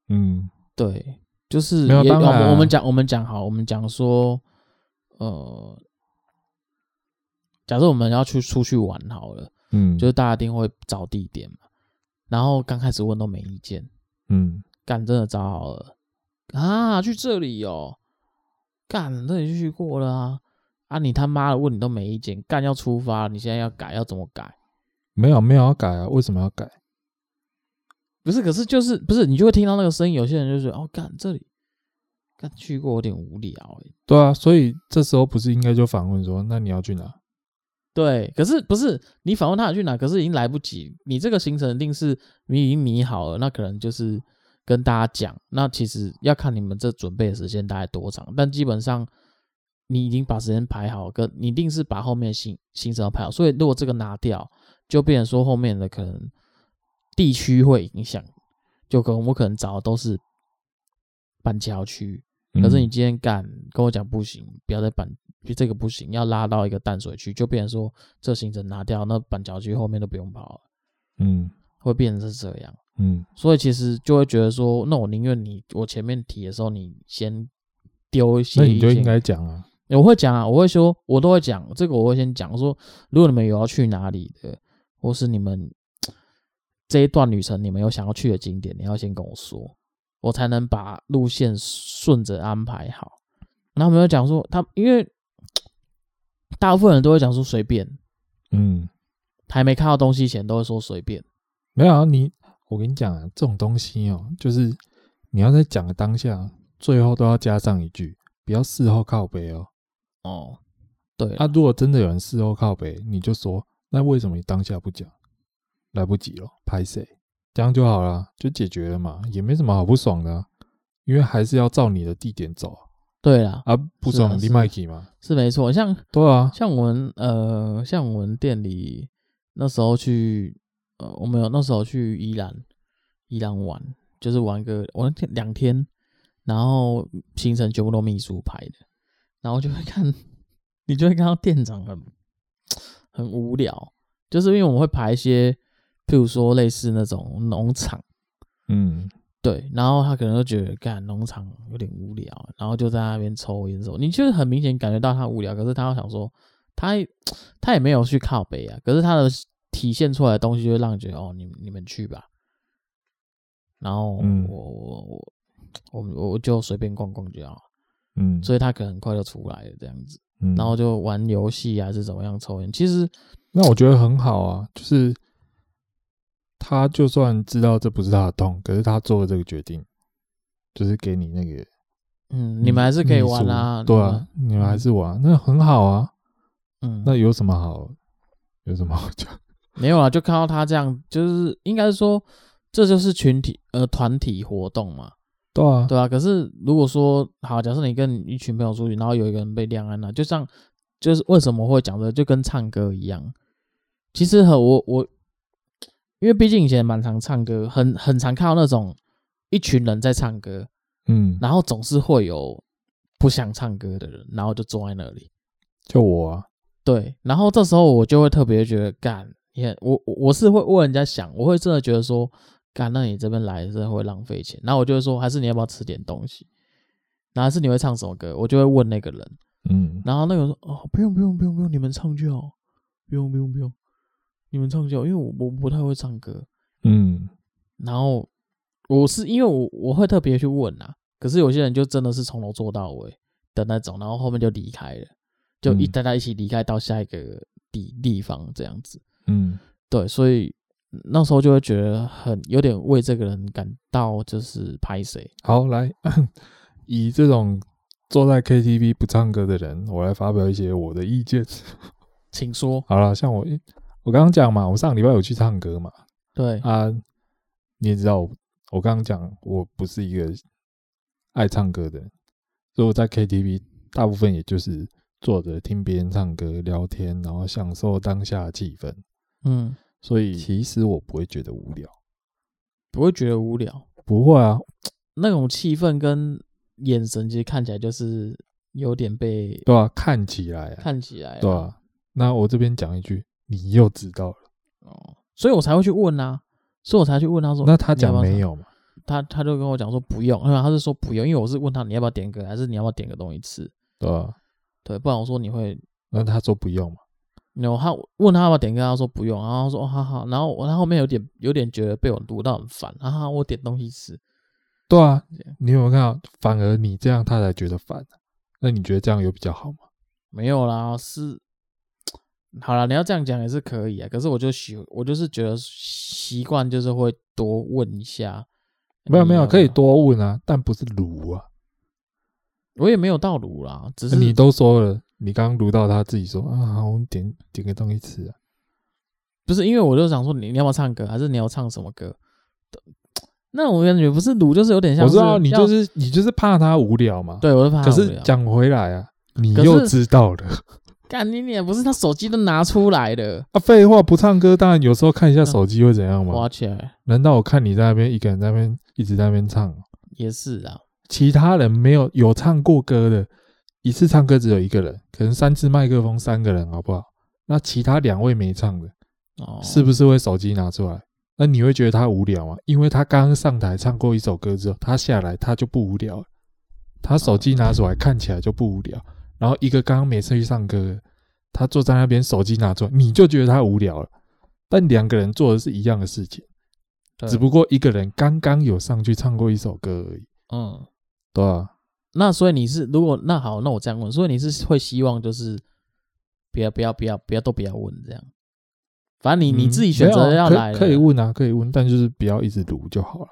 Speaker 1: 嗯，
Speaker 2: 对，就是
Speaker 1: 没有
Speaker 2: 也
Speaker 1: 当然
Speaker 2: 我们
Speaker 1: 啊
Speaker 2: 我们讲我们讲好，我们讲说，呃，假设我们要去出去玩好了，
Speaker 1: 嗯，
Speaker 2: 就是大家一定会找地点嘛，然后刚开始问都没意见，
Speaker 1: 嗯，
Speaker 2: 干真的找好了啊，去这里哦，干这里就去过了啊，啊你他妈的问你都没意见，干要出发，你现在要改要怎么改？
Speaker 1: 没有没有要改啊，为什么要改？
Speaker 2: 不是，可是就是不是，你就会听到那个声音。有些人就是哦，干这里，干去过有点无聊欸
Speaker 1: 对啊，所以这时候不是应该就反问说，那你要去哪？
Speaker 2: 对，可是不是你访问他有去哪？可是已经来不及，你这个行程一定是你已经拟好了，那可能就是跟大家讲。那其实要看你们这准备的时间大概多长，但基本上你已经把时间排好，跟你一定是把后面的行行程要排好。所以如果这个拿掉，就变成说后面的可能地区会影响，就可能我可能找的都是板桥区，可
Speaker 1: 嗯
Speaker 2: 是你今天敢跟我讲不行，不要再板，这个不行，要拉到一个淡水区，就变成说这行程拿掉，那板桥区后面都不用跑了，
Speaker 1: 嗯
Speaker 2: 会变成是这样。
Speaker 1: 嗯
Speaker 2: 所以其实就会觉得说，那我宁愿你我前面提的时候，你先丢一些
Speaker 1: 那
Speaker 2: 意见，
Speaker 1: 你就应该讲啊，
Speaker 2: 我会讲啊，我会说，我都会讲这个，我会先讲说，如果你们有要去哪里的，或是你们这一段旅程你们有想要去的景点，你要先跟我说，我才能把路线顺着安排好。然后没有讲说他，因为大部分人都会讲说随便，
Speaker 1: 嗯，
Speaker 2: 还没看到东西前都会说随便。
Speaker 1: 没有啊，你我跟你讲啊，这种东西哦，就是你要在讲的当下，最后都要加上一句，不要事后靠背哦。
Speaker 2: 哦，对
Speaker 1: 啊
Speaker 2: 啊，，
Speaker 1: 如果真的有人事后靠北，你就说，那为什么你当下不讲？来不及了，拍谁？这样就好啦，就解决了嘛，也没什么好不爽的啊、因为还是要照你的地点走啊
Speaker 2: 对啦，
Speaker 1: 啊，不
Speaker 2: 是啊
Speaker 1: 爽
Speaker 2: 是
Speaker 1: 你
Speaker 2: 啊
Speaker 1: 麦克嘛，
Speaker 2: 是没错，像
Speaker 1: 对啊，
Speaker 2: 像我们呃，像我们店里那时候去呃，我们有那时候去宜兰，宜兰玩，就是玩个玩天两天，然后行程全部都秘书排的，然后就会看，你就会看到店长很很无聊，就是因为我们会排一些，譬如说类似那种农场。
Speaker 1: 嗯，
Speaker 2: 对，然后他可能就觉得干农场有点无聊，然后就在那边抽烟抽。你就是很明显感觉到他无聊，可是他又想说，他也他也没有去靠北啊，可是他的体现出来的东西就会让你觉得哦，你你们去吧。然后
Speaker 1: 嗯
Speaker 2: 我我我我们我就随便逛逛就好，
Speaker 1: 嗯，
Speaker 2: 所以他可能很快就出来了这样子，
Speaker 1: 嗯
Speaker 2: 然后就玩游戏啊还是怎么样抽烟。其实
Speaker 1: 那我觉得很好啊，就是他就算知道这不是他的痛，可是他做了这个决定，就是给你那个
Speaker 2: 嗯，你们还是可以玩
Speaker 1: 秘
Speaker 2: 啊，
Speaker 1: 书对啊，你们还是玩，那很好啊，
Speaker 2: 你们，嗯，
Speaker 1: 那有什么好？有什么好讲？
Speaker 2: 没有啦，啊就看到他这样，就是应该说这就是群体呃团体活动嘛，
Speaker 1: 对啊，
Speaker 2: 对啊，可是如果说好，假设你跟一群朋友出去，然后有一个人被晾在那，就像就是为什么会讲这个，就跟唱歌一样。其实和我我，因为毕竟以前蛮常唱歌，很很常看到那种一群人在唱歌，
Speaker 1: 嗯，
Speaker 2: 然后总是会有不想唱歌的人，然后就坐在那里。
Speaker 1: 就我啊，
Speaker 2: 对，然后这时候我就会特别觉得干，你看我我我是会为人家想，我会真的觉得说，干，那你这边来真的会浪费钱。然后我就会说，还是你要不要吃点东西？然后还是你会唱什么歌？我就会问那个人，
Speaker 1: 嗯，
Speaker 2: 然后那个人说，哦，不用不用不用不用，你们唱就好，不用不用不用，你们唱就好，因为我我不太会唱歌。
Speaker 1: 嗯，
Speaker 2: 然后我是因为我我会特别去问啊，可是有些人就真的是从头做到尾的那种，然后后面就离开了，就一
Speaker 1: 嗯
Speaker 2: 大家一起离开到下一个地地方这样子。
Speaker 1: 嗯，
Speaker 2: 对，所以那时候就会觉得很有点为这个人感到就是拍谁，
Speaker 1: 好，来， [coughs] 以这种坐在 KTV 不唱歌的人，我来发表一些我的意见。 [laughs]
Speaker 2: 请说。
Speaker 1: 好了，像我，我刚刚讲嘛，我上礼拜有去唱歌嘛，
Speaker 2: 对，
Speaker 1: 啊，你也知道我，我刚刚讲我不是一个爱唱歌的人，所以我在 KTV 大部分也就是坐着听别人唱歌、聊天，然后享受当下的气氛，
Speaker 2: 嗯，
Speaker 1: 所以其实我不会觉得无聊，
Speaker 2: 不会觉得无聊，
Speaker 1: 不会啊，
Speaker 2: 那种气氛跟眼神其实看起来就是有点被
Speaker 1: 对啊，看起来、啊，
Speaker 2: 看起来
Speaker 1: 对啊，那我这边讲一句，你又知道了，
Speaker 2: 哦，所以我才会去问啊，所以我才去问他说，
Speaker 1: 那他
Speaker 2: 你
Speaker 1: 讲
Speaker 2: 要不要
Speaker 1: 没
Speaker 2: 唱
Speaker 1: 有嘛？
Speaker 2: 他他就跟我讲说不用，因为他是说不用，因为我是问他你要不要点歌，还是你要不要点个东西吃？
Speaker 1: 对啊，
Speaker 2: 对，不然我说你会，
Speaker 1: 那他说不用嘛，
Speaker 2: 然后他问他要不要点歌，他说不用，然后他说哦好好，然后我他后面有点有点觉得被我读到很烦，哈哈，我点东西吃，
Speaker 1: 对啊
Speaker 2: 这样，
Speaker 1: 你有没有看到？反而你这样他才觉得烦、啊那你觉得这样有比较好吗？
Speaker 2: 没有啦，是好啦，你要这样讲也是可以啊，可是我就喜我就是觉得习惯就是会多问一下，哎
Speaker 1: 没有没有，可以
Speaker 2: 多，
Speaker 1: 多问啊，但不是撸啊。
Speaker 2: 我也没有到卤啦，只是
Speaker 1: 呃你都说了，你刚刚撸到他自己说啊，好，我们点点个东西吃啊。
Speaker 2: 不是因为我就想说你你要不要唱歌，还是你要唱什么歌？那我感觉不是卤，就是有点像
Speaker 1: 我知道啊你
Speaker 2: 要
Speaker 1: 就是你就是怕他无聊嘛。。
Speaker 2: 对我就怕他
Speaker 1: 可
Speaker 2: 无聊。
Speaker 1: 是讲回来啊，你
Speaker 2: 可是
Speaker 1: 又知道了 [laughs]
Speaker 2: 干你脸，不是他手机都拿出来了，
Speaker 1: 啊。废话，不唱歌，当然有时候看一下
Speaker 2: 嗯
Speaker 1: 手机会怎样嘛
Speaker 2: 挖？起来
Speaker 1: 难道我看你在那边一个人在那边一直在那边唱，
Speaker 2: 也是啊，
Speaker 1: 其他人没有有唱过歌的，一次唱歌只有一个人，可能三次麦克风三个人，好不好？那其他两位没唱的，
Speaker 2: 哦，
Speaker 1: 是不是会手机拿出来？那你会觉得他无聊吗？因为他刚刚上台唱过一首歌之后，他下来他就不无聊了，他手机拿出来看起来就不无聊。然后一个刚刚没次去唱歌的，他坐在那边手机拿出来，你就觉得他无聊了。但两个人做的是一样的事情，
Speaker 2: 对
Speaker 1: 只不过一个人刚刚有上去唱过一首歌而已，
Speaker 2: 嗯，
Speaker 1: 对啊，
Speaker 2: 那所以你是如果那好，那我这样问，所以你是会希望就是不要不要不要不要都不要问这样，反正你、你
Speaker 1: 嗯
Speaker 2: 自己选择
Speaker 1: 没有啊
Speaker 2: 要
Speaker 1: 可以
Speaker 2: 来了
Speaker 1: 可以，问啊，可以问，但就是不要一直撸就好了。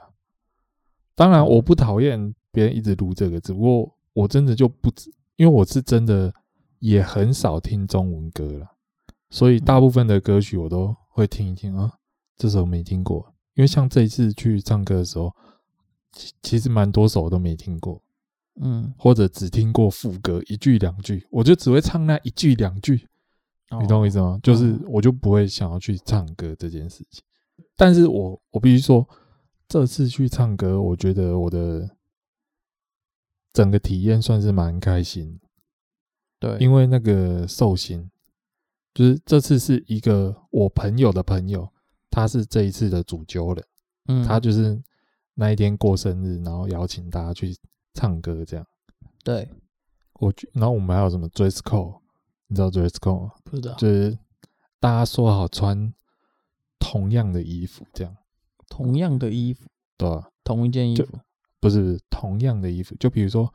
Speaker 1: 当然，我不讨厌
Speaker 2: 嗯
Speaker 1: 别人一直撸这个，只不过我真的就不知，因为我是真的也很少听中文歌了，所以大部分的歌曲我都会听一听啊，这首没听过。因为像这一次去唱歌的时候，其其实蛮多首都没听过，
Speaker 2: 嗯，
Speaker 1: 或者只听过副歌一句两句，我就只会唱那一句两句，你懂我意
Speaker 2: 思？
Speaker 1: 思吗？
Speaker 2: 嗯
Speaker 1: 就是我就不会想要去唱歌这件事情。但是我我必须说，这次去唱歌，我觉得我的整个体验算是蛮开心，
Speaker 2: 对，
Speaker 1: 因为那个寿星，就是这次是一个我朋友的朋友，他是这一次的主揪人，
Speaker 2: 嗯
Speaker 1: 他就是那一天过生日，然后邀请大家去唱歌这样。
Speaker 2: 对
Speaker 1: 我觉然后我们还有什么 dress code，你知道 dress code 吗？
Speaker 2: 不知道
Speaker 1: 就是大家说好穿同样的衣服，这样
Speaker 2: 同样的衣服，
Speaker 1: 对吧？
Speaker 2: 同一件衣
Speaker 1: 就
Speaker 2: 服，
Speaker 1: 不是不是同样的衣服，就比如说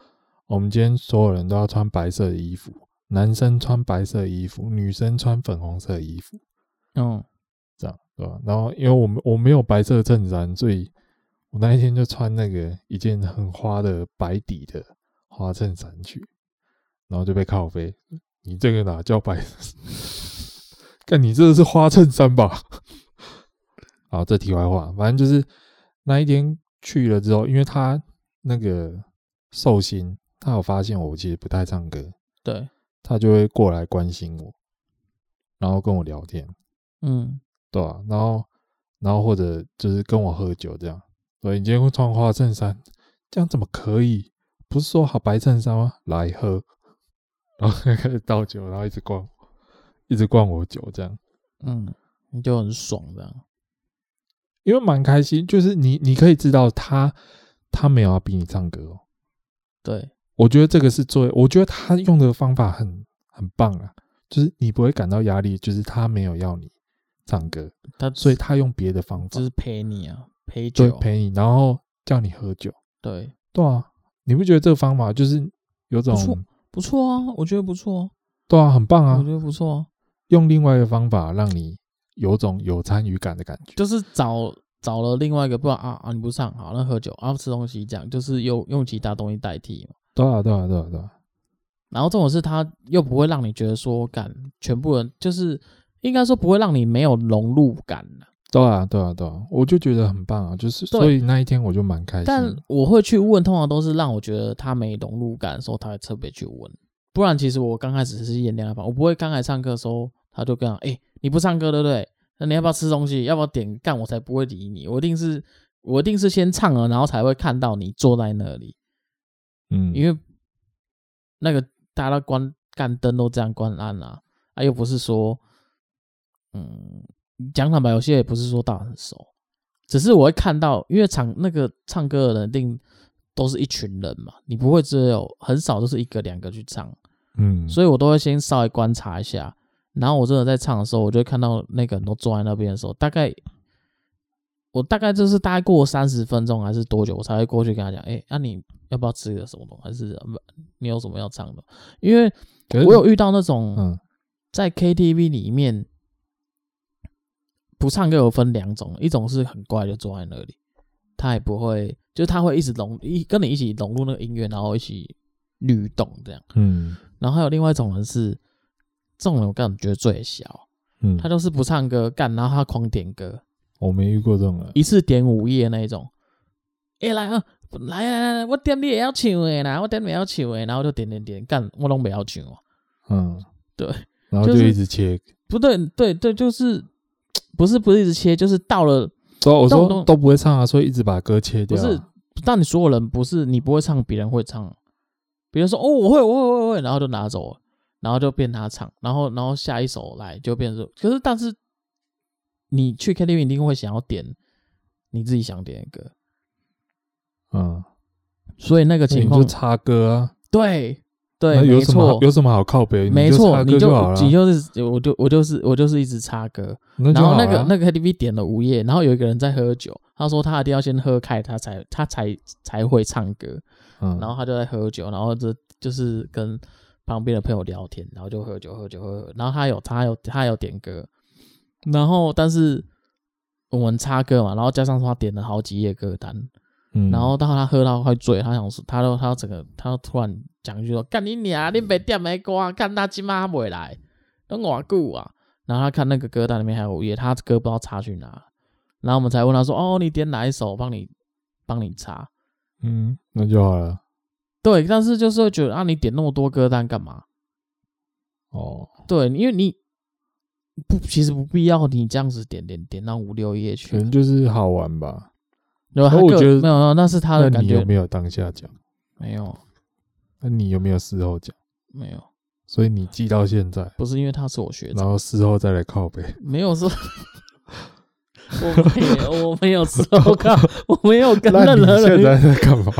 Speaker 1: 我们今天所有人都要穿白色的衣服，男生穿白色的衣服，女生穿粉红色的衣服，
Speaker 2: 嗯，
Speaker 1: 这样对吧？然后因为我们我没有白色的衬衫，所以我那一天就穿那个一件很花的白底的花衬衫去，然后就被靠背，你这个哪叫白？ [laughs] 看你这个是花衬衫吧？ [laughs] 好，这题外话，反正就是那一天去了之后，因为他那个寿星，他有发现我其实不太唱歌，
Speaker 2: 对，
Speaker 1: 他就会过来关心我，然后跟我聊天。
Speaker 2: 嗯，
Speaker 1: 对啊，然后然后或者就是跟我喝酒这样。对，你今天会穿花衬衫，这样怎么可以？不是说好白衬衫吗？来喝，然后开始倒酒，然后一直灌，一直灌我酒这样，
Speaker 2: 嗯，你就很爽这样，
Speaker 1: 因为蛮开心。就是你你可以知道他他没有要逼你唱歌哦，
Speaker 2: 对，
Speaker 1: 我觉得这个是最，我觉得他用的方法很很棒啊，就是你不会感到压力，就是他没有要你唱歌，
Speaker 2: 他
Speaker 1: 所以他用别的方法
Speaker 2: 只，是陪你啊，陪
Speaker 1: 对
Speaker 2: 酒，，
Speaker 1: 陪你，然后叫你喝酒。
Speaker 2: 对，
Speaker 1: 对啊，你不觉得这个方法就是有种
Speaker 2: 不错不错啊，我觉得不错
Speaker 1: 对啊，很棒
Speaker 2: 啊，我
Speaker 1: 啊
Speaker 2: 觉，得不错啊，
Speaker 1: 用另外一个方法让你有种有参与感的感觉。
Speaker 2: 就是找找了另外一个，不然啊啊你不上，好那喝酒啊吃东西这样，就是用用其他东西代替嘛。
Speaker 1: 对啊，对啊，对啊，对啊，
Speaker 2: 然后这种事他又不会让你觉得说感全部人就是应该说不会让你没有融入感啊
Speaker 1: 对啊，对啊，对啊，我就觉得很棒啊，就是
Speaker 2: 对
Speaker 1: 所以那一天我就蛮开心
Speaker 2: 但
Speaker 1: 的。
Speaker 2: 我会去问，通常都是让我觉得他没融入感的时候，他会特别去问。不然其实我刚开始是演恋爱方，我不会刚开始上课的时候他就跟我讲，哎、你不上课对不对？那你要不要吃东西？要不要点干？我才不会理你，我一定是我一定是先唱了，然后才会看到你坐在那里，
Speaker 1: 嗯，
Speaker 2: 因为那个大家都关干灯都这样关暗啦、啊，又不是说，嗯，讲坦白，有些也不是说到很熟，只是我会看到，因为唱那个唱歌的人一定都是一群人嘛，你不会只有很少，就是一个两个去唱，
Speaker 1: 嗯，
Speaker 2: 所以我都会先稍微观察一下，然后我真的在唱的时候，我就会看到那个人都坐在那边的时候，大概我大概就是大概过三十分钟还是多久，我才会过去跟他讲，哎、那、你要不要吃个什么东西，还是呃不你有什么要唱的？因为
Speaker 1: 可是
Speaker 2: 我有遇到那种，
Speaker 1: 嗯
Speaker 2: 在 KTV 里面不唱歌有分两种，一种是很乖就坐在那里，他也不会，就是他会一直融一跟你一起融入那个音乐，然后一起律动这样。
Speaker 1: 嗯
Speaker 2: 然后还有另外一种人是，这种人我感觉最小，
Speaker 1: 嗯，
Speaker 2: 他就是不唱歌干，然后他狂点歌，
Speaker 1: 我没遇过这种啊人，
Speaker 2: 一次点五页那一种。哎、来啊，来来来来，我点你也要唱的啦，我点你也要唱的，然后就点点点干，我拢不要唱啊。
Speaker 1: 嗯，
Speaker 2: 对，
Speaker 1: 然后
Speaker 2: 就
Speaker 1: 就是一直切。
Speaker 2: 不对，对对，就是不是不是一直切，就是到了
Speaker 1: 所以啊我
Speaker 2: 这种
Speaker 1: 说
Speaker 2: 东
Speaker 1: 都不会唱啊，所以一直把歌切
Speaker 2: 不
Speaker 1: 掉啊。
Speaker 2: 是，但你所有人不是你不会唱，别人会唱，别人说哦我会我会我会我会，然后就拿走了，然后就变他唱，然后然后下一首来就变成，可是但是你去 KTV 一定会想要点你自己想点的歌，
Speaker 1: 嗯，
Speaker 2: 所以那个
Speaker 1: 那你
Speaker 2: 情
Speaker 1: 就
Speaker 2: 况
Speaker 1: 插歌啊。
Speaker 2: 对
Speaker 1: 那
Speaker 2: 对
Speaker 1: 有
Speaker 2: 没
Speaker 1: 什么好
Speaker 2: 错
Speaker 1: 有什么好靠背？你
Speaker 2: 没
Speaker 1: 就
Speaker 2: 错，
Speaker 1: 插
Speaker 2: 你
Speaker 1: 歌
Speaker 2: 就
Speaker 1: 就好了啊。
Speaker 2: 你就是我就我就是我就是一直插歌，
Speaker 1: 那就
Speaker 2: 然后
Speaker 1: 好
Speaker 2: 那
Speaker 1: 了
Speaker 2: 个
Speaker 1: 啊。
Speaker 2: 那个 KTV 点了午夜，然后有一个人在喝酒，他说他一定要先喝开，他才他才才会唱歌，
Speaker 1: 嗯，
Speaker 2: 然后他就在喝酒，然后这就是跟旁边的朋友聊天，然后就喝酒喝酒喝，喝然后他有他有他有点歌，然后但是我们插歌嘛，然后加上说他点了好几页歌单，
Speaker 1: 嗯
Speaker 2: 然后到他喝到快醉，他想说，他都他整个他突然讲一句说：“干你娘，你别点没歌，啊干他今妈未来，都我久啊。”然后他看那个歌单里面还有午夜，他歌不知道插去哪，然后我们才问他说：“哦，你点哪一首？帮你帮你插。
Speaker 1: 嗯，那就好了。”
Speaker 2: 对，但是就是会觉得啊，你点那么多歌单干嘛？
Speaker 1: 哦，
Speaker 2: 对，因为你不其实不必要你这样子点点点到五六页去
Speaker 1: 可。能就是好玩吧。
Speaker 2: 然后
Speaker 1: 可
Speaker 2: 他
Speaker 1: 我
Speaker 2: 个
Speaker 1: 觉得
Speaker 2: 没有没有，那是他
Speaker 1: 那
Speaker 2: 的感
Speaker 1: 你
Speaker 2: 觉
Speaker 1: 有，没有当下讲？
Speaker 2: 没有
Speaker 1: 那你有没有事后讲？
Speaker 2: 没有，
Speaker 1: 所以你记到现在，
Speaker 2: 不是因为他是我学
Speaker 1: [laughs]
Speaker 2: 长，
Speaker 1: 然后事后再来靠背。
Speaker 2: 没有说我没有，
Speaker 1: [laughs]
Speaker 2: 我没有吃欧卡，我没有跟
Speaker 1: 那
Speaker 2: 任
Speaker 1: 你
Speaker 2: 何
Speaker 1: 现
Speaker 2: 人。
Speaker 1: 在在干
Speaker 2: [laughs]
Speaker 1: 嘛？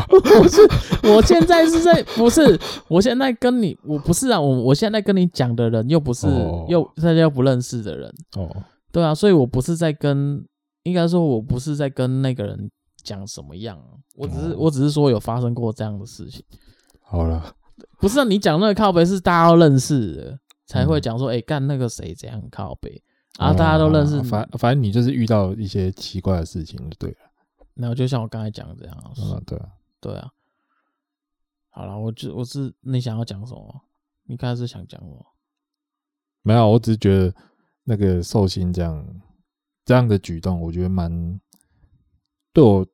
Speaker 2: 我现在是在不是，我现在跟你，我不是啊，我我现在跟你讲的人又不是、
Speaker 1: 哦
Speaker 2: 又大家又不认识的人，
Speaker 1: 哦，
Speaker 2: 对啊，所以我不是在跟，应该说我不是在跟那个人讲什么样，我只是、
Speaker 1: 哦
Speaker 2: 我只是说有发生过这样的事情，
Speaker 1: 好了，
Speaker 2: 不是、啊、你讲那个靠背是大家都认识的才会
Speaker 1: 嗯
Speaker 2: 讲说，哎、干那个谁怎样靠背啊，
Speaker 1: 哦好啦
Speaker 2: 大家都认识
Speaker 1: 好啦
Speaker 2: 你，
Speaker 1: 反反正你就是遇到一些奇怪的事情，就对了。
Speaker 2: 然后就像我刚才讲的这样啊，
Speaker 1: 啊，对啊，
Speaker 2: 对啊。好了，我就我是你想要讲什么？你刚才是想讲什么？
Speaker 1: 没有，我只是觉得那个寿星这样这样的举动，我觉得蛮对我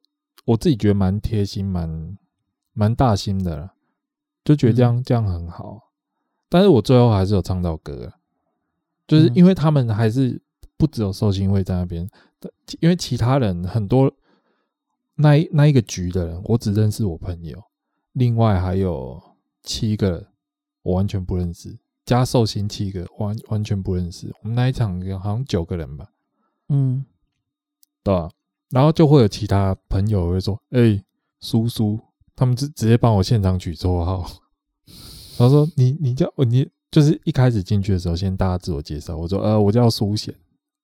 Speaker 1: 我自己觉得蛮贴心，蛮蛮大心的啦，就觉得这
Speaker 2: 嗯
Speaker 1: 样、这样很好。但是我最后还是有唱到歌啊，就是
Speaker 2: 嗯
Speaker 1: 因为他们还是不只有寿星会在那边，但因为其他人很多那一那一个局的人，我只认识我朋友，另外还有七个我完全不认识，加寿星七个完完全不认识。我们那一场有好像九个人吧，
Speaker 2: 嗯，
Speaker 1: 对吧、然后就会有其他朋友会说：“哎、叔叔，他们直直接帮我现场取绰号。” [laughs] 然后说：“你你叫我你就是一开始进去的时候，先大家自我介绍。”我说：“呃，我叫苏贤。”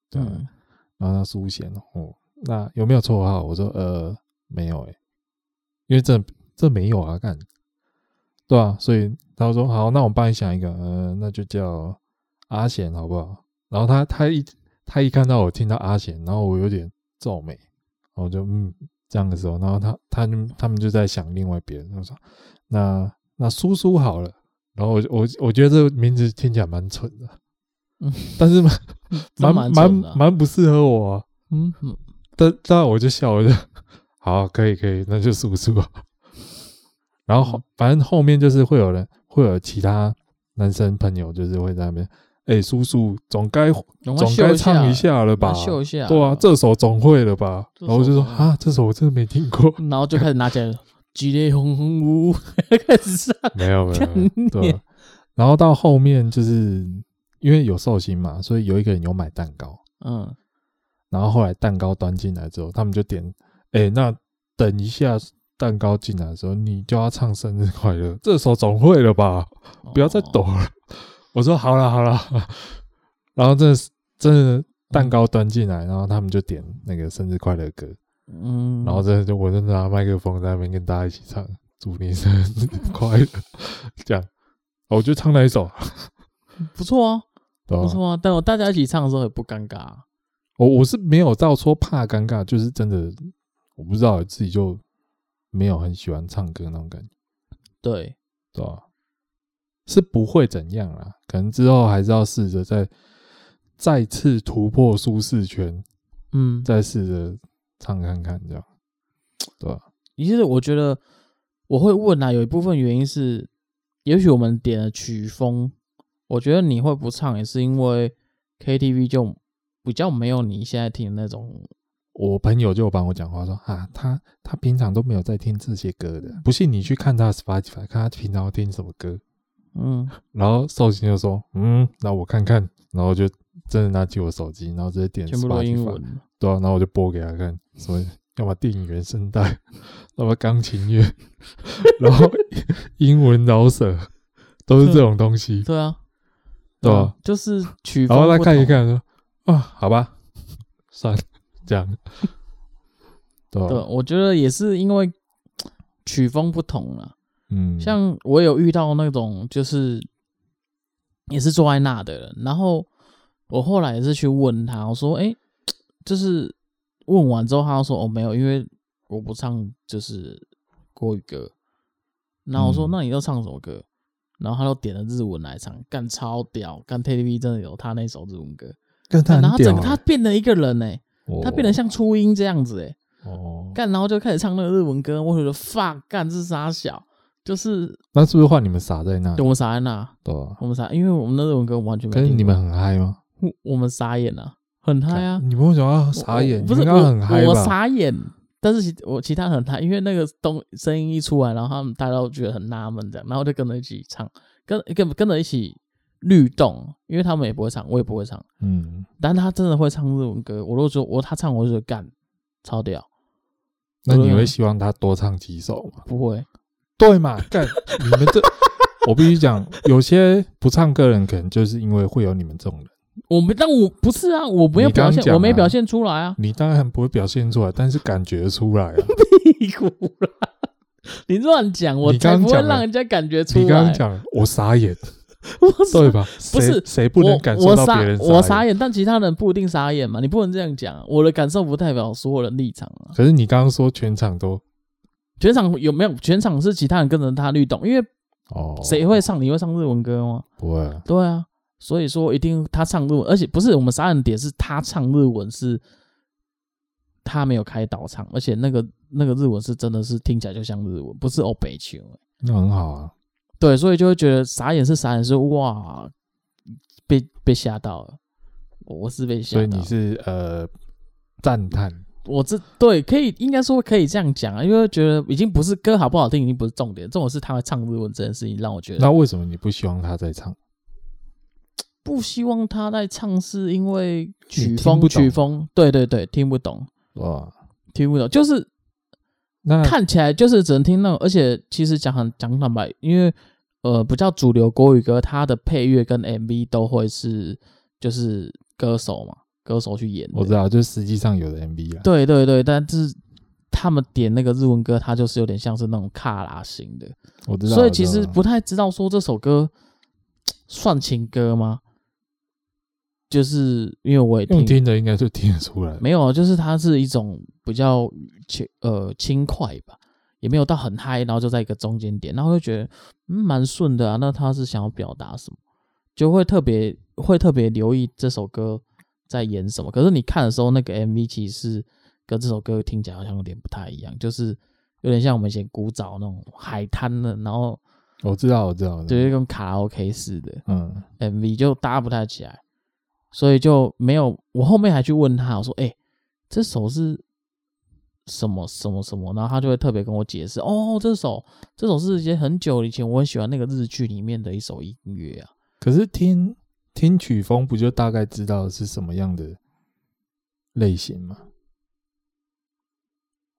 Speaker 1: 对啊、
Speaker 2: 嗯
Speaker 1: 然后他苏贤哦，那有没有绰号？我说呃没有诶、因为这这没有啊，干，对啊，所以他说好，那我帮你想一个，呃，那就叫阿贤好不好？然后他他一他一看到我听到阿贤，然后我有点皱眉，然后我就嗯这样的时候，然后他他们他们就在想另外别人，我说那那苏苏好了，然后我我我觉得这个名字听起来蛮蠢的，
Speaker 2: 嗯，
Speaker 1: 但是
Speaker 2: [laughs]
Speaker 1: 蛮蛮
Speaker 2: 真
Speaker 1: 蛮
Speaker 2: 蠢的啊
Speaker 1: 蛮不适合我、啊，
Speaker 2: 嗯嗯
Speaker 1: 但但我就笑，我就好，可以可以，那就叔叔。然后
Speaker 2: 嗯
Speaker 1: 后反正后面就是会有人，会有其他男生朋友，就是会在那边，哎、叔叔总该
Speaker 2: 赶快
Speaker 1: 总
Speaker 2: 秀
Speaker 1: 该
Speaker 2: 一下
Speaker 1: 唱一下了吧？
Speaker 2: 赶快秀一下，
Speaker 1: 对啊，这首总会了吧？
Speaker 2: 这
Speaker 1: 然后我就说
Speaker 2: 首总会
Speaker 1: 啊，这首我真的没听
Speaker 2: [laughs]
Speaker 1: 过，
Speaker 2: 然后就开始拿起来，激烈轰轰呜，开始上，
Speaker 1: 没有没有，没有对
Speaker 2: 念
Speaker 1: 啊。然后到后面就是因为有寿星嘛，所以有一个人有买蛋糕，
Speaker 2: 嗯
Speaker 1: 然后后来蛋糕端进来之后，他们就点，哎、那等一下蛋糕进来的时候，你就要唱生日快乐，这首总会了吧？ [laughs] 不要再抖
Speaker 2: 哦
Speaker 1: 了。我说好了好了， [laughs] 然后真的是真的蛋糕端进来，然后他们就点那个生日快乐歌，
Speaker 2: 嗯，
Speaker 1: 然后真的就我就拿麦克风在那边跟大家一起唱，祝你生日快乐， [laughs] 这样，哦我就唱那一首，啊
Speaker 2: 不错啊，
Speaker 1: 对吧
Speaker 2: 不错啊，但我大家一起唱的时候也不尴尬啊，
Speaker 1: 我我是没有到说怕尴尬，就是真的我不知道自己就没有很喜欢唱歌那种感觉，
Speaker 2: 对，
Speaker 1: 对吧？是不会怎样啦，可能之后还是要试着再再次突破舒适圈，
Speaker 2: 嗯，
Speaker 1: 再试着唱看看这样，对吧？
Speaker 2: 其实我觉得我会问啊，有一部分原因是，也许我们点的曲风，我觉得你会不唱，也是因为 KTV 就比较没有你现在听的那种，
Speaker 1: 我朋友就有帮我讲话说啊，他他平常都没有在听这些歌的，不信你去看他的 Spotify，看他平常都听什么歌。
Speaker 2: 嗯，
Speaker 1: 然后寿星就说：“嗯，那我看看。”然后就真的拿起我手机，然后直接点
Speaker 2: 全部都英
Speaker 1: Spotify，
Speaker 2: 文，
Speaker 1: 对啊，然后我就播给他看，什么要么电影原声带，要么钢琴乐， [laughs] 然后英文饶舌，都是这种东西，
Speaker 2: 对啊，
Speaker 1: 对啊，
Speaker 2: 就是曲风，
Speaker 1: 然后他看一，看说：“啊，好吧，算了，这样，对啊
Speaker 2: 对，
Speaker 1: 吧？
Speaker 2: 我觉得也是因为曲风不同了。
Speaker 1: 嗯，
Speaker 2: 像我有遇到那种就是也是坐在那的人，然后我后来也是去问他，我说：“哎、就是问完之后，他就说：‘哦，没有，因为我不唱就是国语歌。’然后我说：‘
Speaker 1: 嗯
Speaker 2: 那你都唱什么歌？’然后他就点了日文来唱，干超屌，干 KTV 真的有他那首日文歌，
Speaker 1: 跟他
Speaker 2: 然
Speaker 1: 很
Speaker 2: 后整
Speaker 1: 屌欸啊
Speaker 2: 个他变了一个人哎、
Speaker 1: 哦
Speaker 2: 他变得像初音这样子哎、
Speaker 1: 哦，
Speaker 2: 干，然后就开始唱那个日文歌，我觉得 fuck，干这是傻小，就是
Speaker 1: 那是不是换你们傻在那？
Speaker 2: 对我们傻在那，
Speaker 1: 对啊，
Speaker 2: 我们傻，因为我们的日文歌完全没
Speaker 1: 可
Speaker 2: 听
Speaker 1: 是
Speaker 2: 过。
Speaker 1: 你们很嗨吗？
Speaker 2: 我，我们傻眼啊，很嗨啊！
Speaker 1: 你们为什么要
Speaker 2: 我
Speaker 1: 傻眼？
Speaker 2: 我不是
Speaker 1: 你们刚
Speaker 2: 我
Speaker 1: 刚很嗨吧？
Speaker 2: 我傻眼，但是其我其他人很嗨，因为那个东声音一出来，然后他们大家都觉得很纳闷这样，然后就跟着一起唱，跟跟跟着一起律动，因为他们也不会唱，我也不会唱，
Speaker 1: 嗯，
Speaker 2: 但他真的会唱日文歌。我都说我他唱，我就觉得干超屌，
Speaker 1: 那你
Speaker 2: 对啊
Speaker 1: 会希望他多唱几首吗？
Speaker 2: 不会
Speaker 1: 对嘛？干，你们这，我必须讲，有些不唱歌的人，可能就是因为会有你们这种人。
Speaker 2: 我没，但我不是啊，我没有
Speaker 1: 你刚
Speaker 2: 表
Speaker 1: 刚
Speaker 2: 现，
Speaker 1: 讲
Speaker 2: 我没
Speaker 1: 啊，
Speaker 2: 表现出来啊
Speaker 1: [laughs] 你当然不会表现出来，但是感觉出来啊。
Speaker 2: 屁股啦！你乱讲，我
Speaker 1: 你
Speaker 2: 才
Speaker 1: 刚
Speaker 2: 不会
Speaker 1: 讲了
Speaker 2: 让人家感 [laughs] 觉出来。
Speaker 1: 你刚刚讲，我傻眼，
Speaker 2: [laughs] 我傻
Speaker 1: 对吧？
Speaker 2: 不是
Speaker 1: 谁谁不能感受到别人
Speaker 2: 我我傻我傻
Speaker 1: 眼？
Speaker 2: 眼，但其他人不一定傻眼嘛。你不能这样讲啊，我的感受不代表所有人立场啊。
Speaker 1: 可是你刚刚说全场都
Speaker 2: 全场有没有？全场是其他人跟着他律动，因为
Speaker 1: 哦，
Speaker 2: 谁会唱？你会唱日文歌吗？
Speaker 1: 不会啊？
Speaker 2: 对啊，所以说一定他唱日文，而且不是我们傻眼的点是他唱日文是，他没有开导唱，而且那个那个日文是真的是听起来就像日文，不是欧北球。
Speaker 1: 那很好啊。
Speaker 2: 对，所以就会觉得傻眼是傻眼是哇，被被吓到了，我是被吓
Speaker 1: 所
Speaker 2: 到
Speaker 1: 以
Speaker 2: 了。
Speaker 1: 你是呃赞叹，
Speaker 2: 我这对可以应该说可以这样讲啊，因为觉得已经不是歌好不好听，已经不是重点，重点是他会唱日文这件事情让我觉得
Speaker 1: 那为什么你不希望他再唱？
Speaker 2: 不希望他在唱，是因为曲
Speaker 1: 你听
Speaker 2: 风
Speaker 1: 不懂
Speaker 2: 曲风，对对对，听不懂
Speaker 1: 哇，
Speaker 2: 听不懂，就是
Speaker 1: 那
Speaker 2: 看起来就是只能听那种，而且其实讲很讲坦白，因为呃比较主流国语歌，它的配乐跟 MV 都会是就是歌手嘛，歌手去演的，
Speaker 1: 我知道，就是实际上有的 MV 啊，
Speaker 2: 对对对，但是他们点那个日文歌，它就是有点像是那种卡拉型的。
Speaker 1: 我知道。
Speaker 2: 所以
Speaker 1: 我知
Speaker 2: 其
Speaker 1: 道
Speaker 2: 实不太知道说这首歌算情歌吗？就是因为我也
Speaker 1: 用
Speaker 2: 听
Speaker 1: 听的应该就听得出来。
Speaker 2: 没有啊，就是它是一种比较轻呃轻快吧，也没有到很嗨，然后就在一个中间点，然后就觉得嗯蛮顺的啊。那他是想要表达什么？就会特别会特别留意这首歌在演什么。可是你看的时候，那个 MV 其实是跟这首歌听起来好像有点不太一样，就是有点像我们以前古早那种海滩的，然后
Speaker 1: 我知道，我知道。我知道
Speaker 2: 就是跟卡拉 OK 似的
Speaker 1: 嗯，
Speaker 2: MV 就搭不太起来，所以就没有。我后面还去问他，我说：“哎、这首是什么什么什么？”然后他就会特别跟我解释：“哦，这首这首是一些很久以前我很喜欢那个日剧里面的一首音乐啊。
Speaker 1: 可是听听曲风不就大概知道是什么样的类型吗？”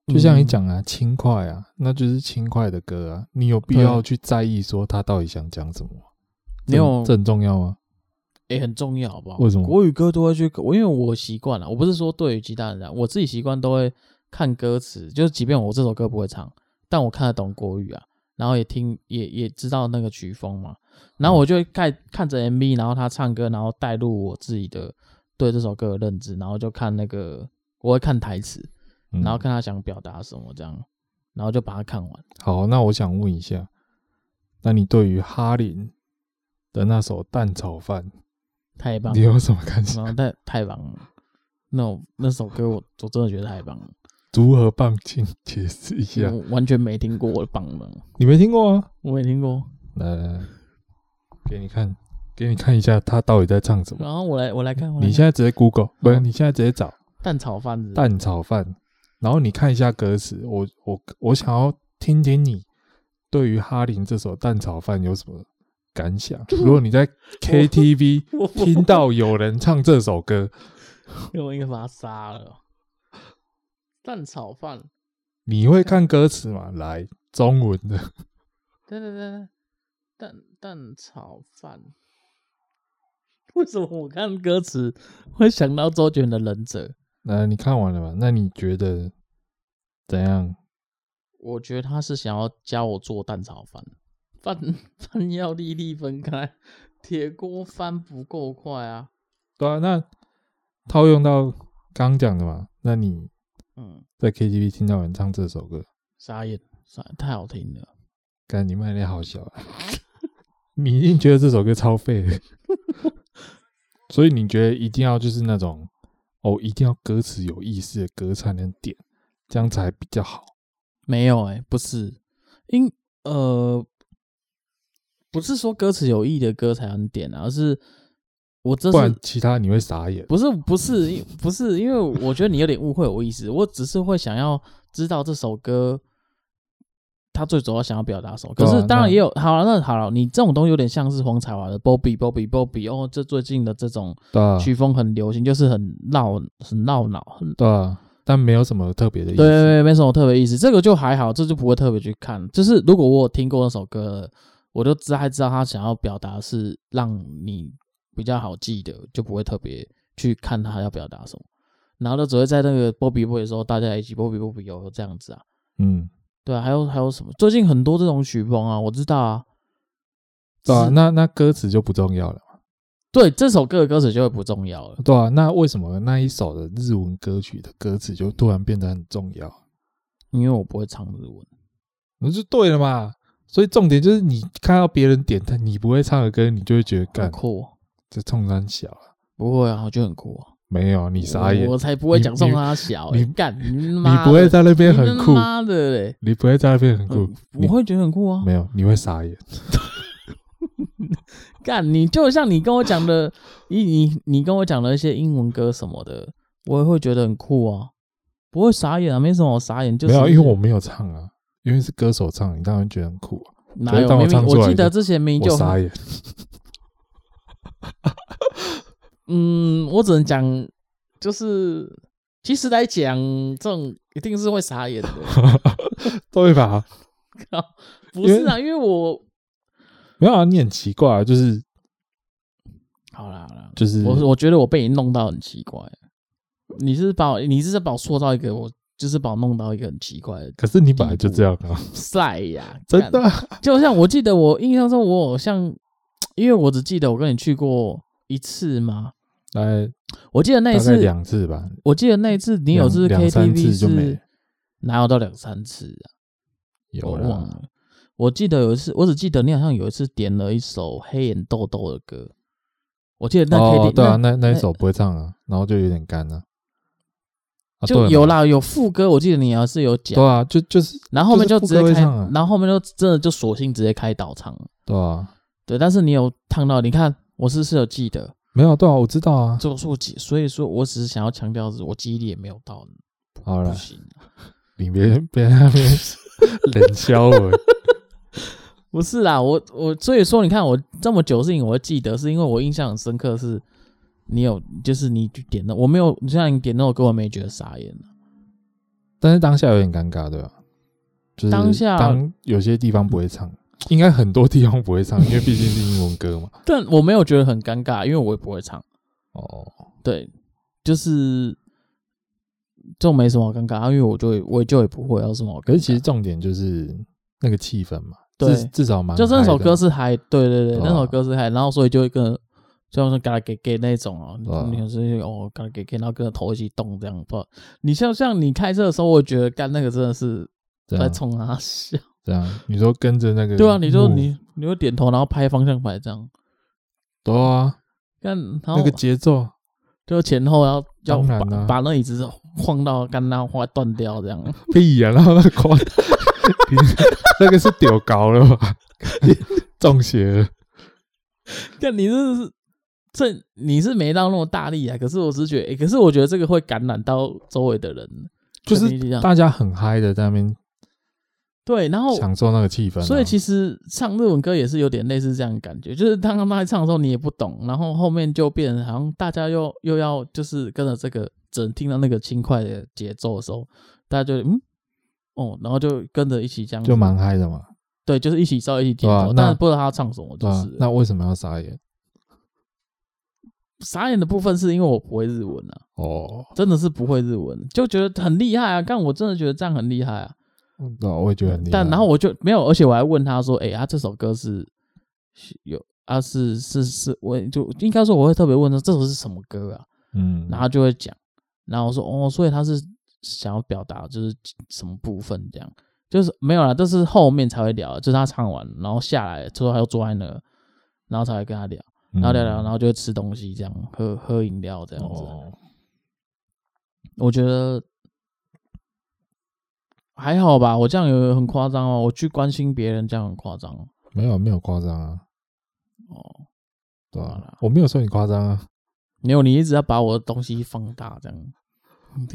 Speaker 1: 就像你
Speaker 2: 嗯
Speaker 1: 讲啊，轻快啊，那就是轻快的歌啊，你有必
Speaker 2: 对
Speaker 1: 要去在意说他到底想讲什么吗？
Speaker 2: 没有
Speaker 1: 这这很重要啊吗？
Speaker 2: 哎、很重要，好不好？
Speaker 1: 为什么
Speaker 2: 国语歌都会去？我因为我习惯了，我不是说对于其他人啊，我自己习惯都会看歌词，就是即便我这首歌不会唱，但我看得懂国语啊，然后也听也也知道那个曲风嘛，然后我就会看看着 MV，然后他唱歌，然后带入我自己的对这首歌的认知，然后就看那个我会看台词，
Speaker 1: 嗯
Speaker 2: 然后看他想表达什么这样，然后就把它看完。
Speaker 1: 好，那我想问一下，那你对于哈林的那首《蛋炒饭
Speaker 2: 太》，棒
Speaker 1: 你
Speaker 2: 了，
Speaker 1: 有什么感想？
Speaker 2: 然后太太棒了，那种那首歌我我真的觉得太棒了。
Speaker 1: 如何棒，请解释一下。
Speaker 2: 我完全没听过我的棒了，
Speaker 1: 你啊没听过啊吗？
Speaker 2: 我没听过。
Speaker 1: 来来，来给你看，给你看一下他到底在唱什么。
Speaker 2: 然后我来我来看，哦我来
Speaker 1: 你
Speaker 2: 看
Speaker 1: 现在直接 Google，不是？
Speaker 2: 嗯
Speaker 1: 你现在直接找
Speaker 2: 蛋炒饭是不是
Speaker 1: 蛋炒饭，然后你看一下歌词。我我我想要听听你对于哈林这首《蛋炒饭》有什么感
Speaker 2: [laughs]
Speaker 1: 想。如果你在 KTV
Speaker 2: 我
Speaker 1: 听到有人唱这首歌，
Speaker 2: 我应该把它杀了。蛋炒饭，
Speaker 1: 你会看歌词吗？来，中文的， [laughs]
Speaker 2: 对对对对，蛋蛋炒饭。为什么我看歌词会想到周杰伦的《忍者》？
Speaker 1: 那你看完了吗？那你觉得怎样？
Speaker 2: 我觉得他是想要教我做蛋炒饭，饭 [laughs] 饭要粒粒分开，铁锅翻不够快啊。
Speaker 1: 对啊，那套用到刚讲的嘛，那你
Speaker 2: 嗯，
Speaker 1: 在 KTV 听到有人唱这首歌，
Speaker 2: 傻眼，傻眼，太好听了。
Speaker 1: 干你卖力好小啊！ [laughs] 你一定觉得这首歌超废的， [laughs] 所以你觉得一定要就是那种哦，一定要歌词有意思的歌才能点，这样才比较好。
Speaker 2: 没有哎、不是，因呃，不是说歌词有意义的歌才能点啊，而是我这
Speaker 1: 不然
Speaker 2: 是
Speaker 1: 其他你会傻眼。
Speaker 2: 不是不是因不是，因为我觉得你有点误会我意思，我只是会想要知道这首歌他最主要想要表达什么。
Speaker 1: 对
Speaker 2: 可
Speaker 1: 啊
Speaker 2: 是当然
Speaker 1: 那
Speaker 2: 也有，好了，那好了，你这种东西有点像是黄彩华的 Bobby Bobby Bobby 哦，这最近的这种
Speaker 1: 对啊，
Speaker 2: 曲风很流行，就是很闹很闹脑，很
Speaker 1: 对啊，但没有什么特别的意
Speaker 2: 对
Speaker 1: 思。
Speaker 2: 对啊对，没什么特别意思，这个就还好，这就不会特别去看。就是如果我有听过那首歌，我就知还知道他想要表达是让你比较好记得，就不会特别去看他要表达什么。然后就只会在那个波比波的时候，大家一起波比波比有这样子啊，
Speaker 1: 嗯，
Speaker 2: 对啊，还有还有什么？最近很多这种曲风啊，我知道啊，
Speaker 1: 对啊，
Speaker 2: 是
Speaker 1: 那那歌词就不重要了。
Speaker 2: 对这首歌的歌词就会不重要了。
Speaker 1: 对啊，那为什么那一首的日文歌曲的歌词就突然变得很重要？
Speaker 2: 因为我不会唱日文，
Speaker 1: 那就对了嘛。所以重点就是你看到别人点他你不会唱的歌，你就会觉得
Speaker 2: 很
Speaker 1: 干
Speaker 2: 酷哦、
Speaker 1: 这冲山小啊，
Speaker 2: 不会啊，我觉得很酷、啊。
Speaker 1: 没有你傻眼
Speaker 2: 我，我才不会
Speaker 1: 你
Speaker 2: 讲送
Speaker 1: 你
Speaker 2: 他小、
Speaker 1: 你
Speaker 2: 欸，干你
Speaker 1: 你
Speaker 2: 妈
Speaker 1: 不
Speaker 2: 的
Speaker 1: 会在那边很
Speaker 2: 你
Speaker 1: 酷，
Speaker 2: 妈的嘞！
Speaker 1: 你不会在那边很酷
Speaker 2: 嗯，
Speaker 1: 你
Speaker 2: 我会觉得很酷啊！
Speaker 1: 没有，你会傻眼。
Speaker 2: 干，你就像你跟我讲的，你你你跟我讲的一些英文歌什么的，我也会觉得很酷啊，不会傻眼啊，没什么好傻眼，就是
Speaker 1: 没有，因为我没有唱啊，因为是歌手唱，你当然觉得很酷啊。
Speaker 2: 哪有
Speaker 1: 当我
Speaker 2: 明明
Speaker 1: 唱出来
Speaker 2: 我记得
Speaker 1: 就
Speaker 2: 之前明明
Speaker 1: 我
Speaker 2: 就
Speaker 1: 傻眼， [laughs]
Speaker 2: 嗯，我只能讲，就是其实来讲，这种一定是会
Speaker 1: [laughs]
Speaker 2: 傻眼的，
Speaker 1: 对吧？
Speaker 2: 不是啊，因为我
Speaker 1: 没有啊，你很奇怪啊，就是
Speaker 2: 好啦好啦，
Speaker 1: 就是
Speaker 2: 我我觉得我被你弄到很奇怪，你是把我你是把我塑造一个我。就是把我弄到一个很奇怪的
Speaker 1: 可是你本来就这样啊，，
Speaker 2: 晒呀
Speaker 1: 真的
Speaker 2: 干。
Speaker 1: 啊、
Speaker 2: 就像我记得，我印象中我好像，因为我只记得我跟你去过一次嘛。
Speaker 1: 来
Speaker 2: 我记得那一
Speaker 1: 大概
Speaker 2: 次，
Speaker 1: 两次吧，
Speaker 2: 我记得那一次你有次
Speaker 1: 两两三
Speaker 2: KTV
Speaker 1: 次就没
Speaker 2: 是哪有到两三次啊？
Speaker 1: 有
Speaker 2: 我
Speaker 1: 啦
Speaker 2: 忘了。我记得有一次，我只记得你好像有一次点了一首黑眼豆豆的歌。我记得那 KTV、
Speaker 1: 哦，对啊，那那一
Speaker 2: 那
Speaker 1: 首不会唱啊，然后就有点干了、啊
Speaker 2: 就有，
Speaker 1: 对嘛
Speaker 2: 啦，有副歌，我记得你好像是有讲
Speaker 1: 对，啊，就就是
Speaker 2: 然后后面
Speaker 1: 就是
Speaker 2: 就
Speaker 1: 副
Speaker 2: 直
Speaker 1: 歌
Speaker 2: 接
Speaker 1: 会
Speaker 2: 开，
Speaker 1: 唱啊
Speaker 2: 然后后面就真的就索性直接开导唱了。
Speaker 1: 对啊，
Speaker 2: 对，但是你有唱到，你看我是不是有记得？
Speaker 1: 没有对啊，我知道啊，
Speaker 2: 这个是我记，所以说我只是想要强调的是，我记忆力也没有到，
Speaker 1: 好
Speaker 2: 不
Speaker 1: 了，
Speaker 2: 行。啊
Speaker 1: 你别别在那 [laughs] 边冷笑我，
Speaker 2: 不是啦，我我所以说，你看我这么久的事情，我会记得，是因为我印象很深刻是，你有就是你去点的，我没有，虽然你点那首歌，我没觉得傻眼啊
Speaker 1: 但是当下有点尴尬，对吧、啊就是
Speaker 2: 当下
Speaker 1: 当有些地方不会唱，应该很多地方不会唱，因为毕竟是英文
Speaker 2: [laughs]
Speaker 1: 歌嘛。
Speaker 2: 但我没有觉得很尴尬，因为我也不会唱，
Speaker 1: 哦，
Speaker 2: 对，就是就没什么好尴尬，啊因为我就也我就也不会，有什么好尴尬
Speaker 1: 可是其实重点就是那个气氛嘛，
Speaker 2: 啊对
Speaker 1: 至至少蛮
Speaker 2: 就那首
Speaker 1: 嗨的
Speaker 2: 歌是嗨，对对对，
Speaker 1: 对啊
Speaker 2: 那首歌是嗨，然后所以就会跟人，就像说嘎啦给给那种哦
Speaker 1: 对啊，
Speaker 2: 你有时候哦嘎啦给给，然后跟着头一起动这样，不知道，你像像你开车的时候，我觉得干那个真的是
Speaker 1: 这
Speaker 2: 在
Speaker 1: 样
Speaker 2: 冲他笑，
Speaker 1: 这样，啊你说跟着那个
Speaker 2: [laughs] 对啊，你就
Speaker 1: move，
Speaker 2: 你你会点头，然后拍方向盘这样，
Speaker 1: 对啊，
Speaker 2: 干然
Speaker 1: 那
Speaker 2: 后
Speaker 1: 个节奏
Speaker 2: 就前后要要
Speaker 1: 当然
Speaker 2: 把
Speaker 1: 啊
Speaker 2: 把那椅子晃到干那晃断掉这样，
Speaker 1: 屁呀、然后那个夸， [laughs] 你那个是屌高了吧？ [laughs] 中邪了，
Speaker 2: 干你这是。这你是没到那么大力啊，可是我只是觉得，诶可是我觉得这个会感染到周围的人，
Speaker 1: 就是
Speaker 2: 跟你一样
Speaker 1: 大家很嗨的在那边
Speaker 2: 对，然后
Speaker 1: 享受那个气氛啊、
Speaker 2: 哦所以
Speaker 1: 实
Speaker 2: 其实唱日文歌也是有点类似这样的感觉，就是当他们在唱的时候你也不懂，然后后面就变成好像大家又又要就是跟着这个，只能听到那个轻快的节奏的时候，大家就嗯哦，然后就跟着一起这样子，
Speaker 1: 就蛮嗨的嘛，
Speaker 2: 对，就是一起照一起点
Speaker 1: 对啊
Speaker 2: 头，
Speaker 1: 那
Speaker 2: 但是不知道他唱什么，
Speaker 1: 对
Speaker 2: 嗯就
Speaker 1: 吧、
Speaker 2: 是了、
Speaker 1: 啊那为什么要傻眼？
Speaker 2: 傻眼的部分是因为我不会日文啊，
Speaker 1: 哦，
Speaker 2: 真的是不会日文，就觉得很厉害啊，但我真的觉得这样很厉害啊，
Speaker 1: 对、啊，我也觉得很厉害。
Speaker 2: 嗯但然后我就没有，而且我还问他说：“哎、他、这首歌是是有啊？是是是，我就应该说我会特别问他这首是什么歌啊？”
Speaker 1: 嗯，
Speaker 2: 然后他就会讲，然后我说：“哦，所以他是想要表达就是什么部分这样？就是没有啦，这是后面才会聊，就是他唱完然后下来之后他又坐在那，然后才会跟他聊，
Speaker 1: 嗯
Speaker 2: 然后聊聊，然后就会吃东西这样，喝喝饮料这样子。
Speaker 1: 哦，
Speaker 2: 我觉得还好吧，我这样有很夸张哦，我去关心别人这样很夸张哦
Speaker 1: 没有没有夸张啊，
Speaker 2: 哦。
Speaker 1: 对吧、
Speaker 2: 好啦
Speaker 1: 我没有说你夸张啊，
Speaker 2: 没有，你一直要把我的东西放大这样，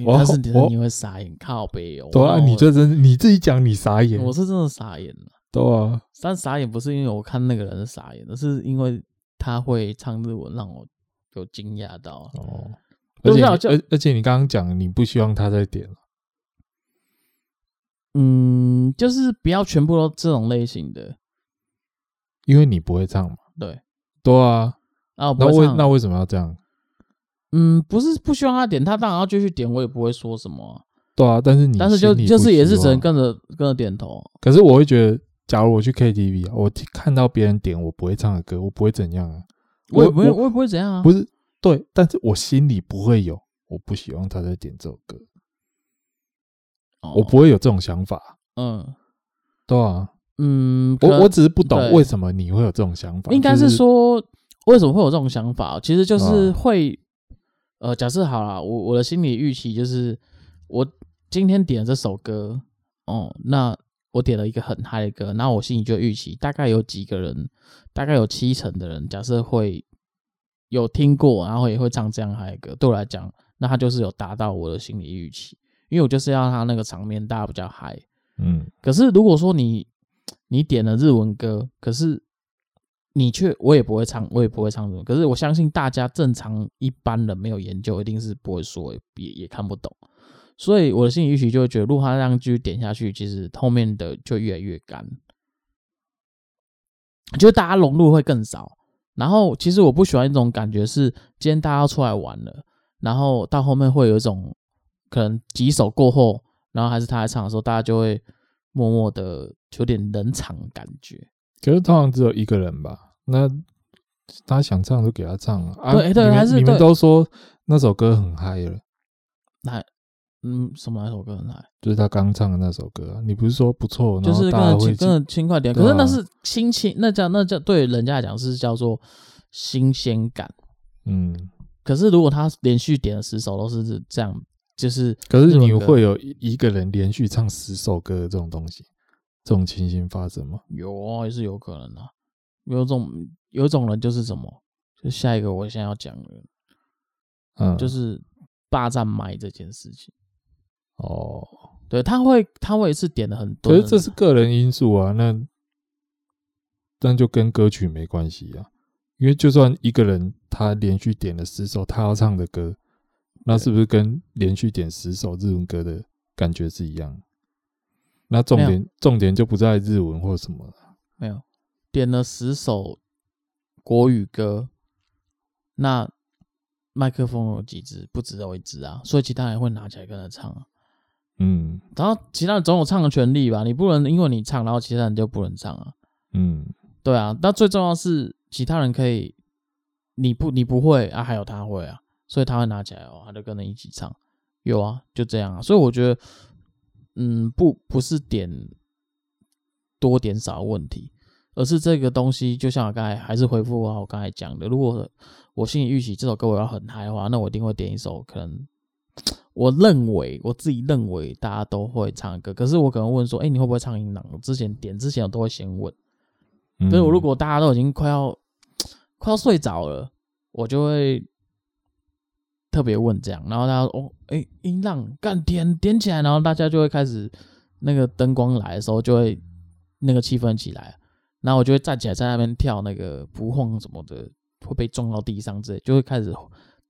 Speaker 1: 我
Speaker 2: 但是你
Speaker 1: 我
Speaker 2: 你会傻眼，靠北哦。
Speaker 1: 对啊，
Speaker 2: 我
Speaker 1: 你这真是你自己讲你傻眼，
Speaker 2: 我是真的傻眼了，
Speaker 1: 对啊，
Speaker 2: 但傻眼不是因为我看那个人傻眼，而是因为他会唱日文，让我有惊讶到。啊
Speaker 1: 哦，
Speaker 2: 对
Speaker 1: 而且
Speaker 2: 啊就
Speaker 1: 你而而且你刚刚讲你不希望他再点了，
Speaker 2: 嗯，就是不要全部都这种类型的，
Speaker 1: 因为你不会唱嘛，
Speaker 2: 对。
Speaker 1: 对啊，
Speaker 2: 啊，我不
Speaker 1: 那
Speaker 2: 会
Speaker 1: 为
Speaker 2: 唱
Speaker 1: 那为什么要这样？
Speaker 2: 嗯，不是不希望他点，他当然要继续点，我也不会说什么啊、
Speaker 1: 对啊，但是你
Speaker 2: 但是就
Speaker 1: 心里不
Speaker 2: 就是也是
Speaker 1: 希
Speaker 2: 只
Speaker 1: 望
Speaker 2: 能
Speaker 1: 啊
Speaker 2: 跟着跟着点头。
Speaker 1: 可是我会觉得，假如我去 KTV，啊我听看到别人点我不会唱的歌，我不会怎样啊。
Speaker 2: 我也不会，
Speaker 1: 我
Speaker 2: 我也不会怎样啊。
Speaker 1: 不是对，但是我心里不会有我不希望他在点这首歌，
Speaker 2: 哦
Speaker 1: 我不，会有这种想法，
Speaker 2: 嗯
Speaker 1: 对啊。
Speaker 2: 嗯，可
Speaker 1: 我我只是不懂
Speaker 2: 对
Speaker 1: 为什么你会有这种想法，
Speaker 2: 应该
Speaker 1: 就是
Speaker 2: 说为什么会有这种想法？其实就是
Speaker 1: 嗯
Speaker 2: 会，呃，假设好了，我我的心理预期就是，我今天点了这首歌，哦，那我点了一个很嗨的歌，那我心里就预期大概有几个人，大概有七成的人，假设会有听过，然后也会唱这样嗨的歌，对我来讲，那他就是有达到我的心理预期，因为我就是要他那个场面大家比较嗨。
Speaker 1: 嗯，
Speaker 2: 可是如果说你你点了日文歌，可是你却我也不会唱，我也不会唱日文。可是我相信大家正常一般人没有研究，一定是不会说，也也看不懂。所以我的心理预期就会觉得，如果他这样继续点下去，其实后面的就越来越干，就是大家融入会更少。然后其实我不喜欢一种感觉是，今天大家要出来玩了，然后到后面会有一种可能几首过后，然后还是他在唱的时候，大家就会默默的有点冷场的感觉。
Speaker 1: 可是通常只有一个人吧？那他想唱就给他唱啊。啊
Speaker 2: 对对
Speaker 1: 你们
Speaker 2: 还是
Speaker 1: 你们
Speaker 2: 对
Speaker 1: 都说那首歌很嗨了，
Speaker 2: 那嗯，什么那首歌很嗨？
Speaker 1: 就是他刚唱的那首歌、啊。你不是说不错，然
Speaker 2: 就
Speaker 1: 后
Speaker 2: 是跟
Speaker 1: 大家
Speaker 2: 着
Speaker 1: 会
Speaker 2: 轻
Speaker 1: 记
Speaker 2: 跟着轻快点，
Speaker 1: 对
Speaker 2: 可
Speaker 1: 啊
Speaker 2: 是那是新奇，那叫那叫对人家来讲是叫做新鲜感。
Speaker 1: 嗯。
Speaker 2: 可是如果他连续点了十首都是这样，就是
Speaker 1: 可是
Speaker 2: 日文
Speaker 1: 你
Speaker 2: 歌
Speaker 1: 会有一一个人连续唱十首歌的这种东西，这种情形发生吗？
Speaker 2: 有哦，也是有可能的、啊。有一种有一种人就是什么，就下一个我现在要讲的，
Speaker 1: 嗯，
Speaker 2: 就是哦霸占麦这件事情。
Speaker 1: 哦，
Speaker 2: 对，他会他会一次点的很多
Speaker 1: 可
Speaker 2: 人，
Speaker 1: 是这是个人因素啊，那那就跟歌曲没关系啊，因为就算一个人他连续点了十首他要唱的歌，那是不是跟连续点十首日文歌的感觉是一样？那重
Speaker 2: 没
Speaker 1: 点重点就不在日文或什么了，
Speaker 2: 没有点了十首国语歌，那麦克风有几支？不只有一支啊，所以其他人会拿起来跟着唱啊。
Speaker 1: 嗯
Speaker 2: 然后其他人总有唱的权利吧，你不能因为你唱，然后其他人就不能唱啊。
Speaker 1: 嗯，
Speaker 2: 对啊，那最重要是其他人可以，你不你不会啊，还有他会啊，所以他会拿起来哦，他就跟着一起唱。有啊，就这样啊。所以我觉得，嗯，不不是点多点少的问题，而是这个东西，就像我刚才还是回复我刚才讲的，如果我心里预期这首歌我要很嗨的话，那我一定会点一首可能我认为我自己认为大家都会唱的歌，可是我可能问说，哎、你会不会唱音朗？我之前点之前我都会先问。
Speaker 1: 嗯
Speaker 2: 所以我如果大家都已经快要快要睡着了，我就会特别问这样，然后大家说哦，哎、音浪干点点起来，然后大家就会开始那个灯光来的时候，就会那个气氛起来，然后我就会站起来在那边跳那个不晃什么的，会被撞到地上之类，就会开始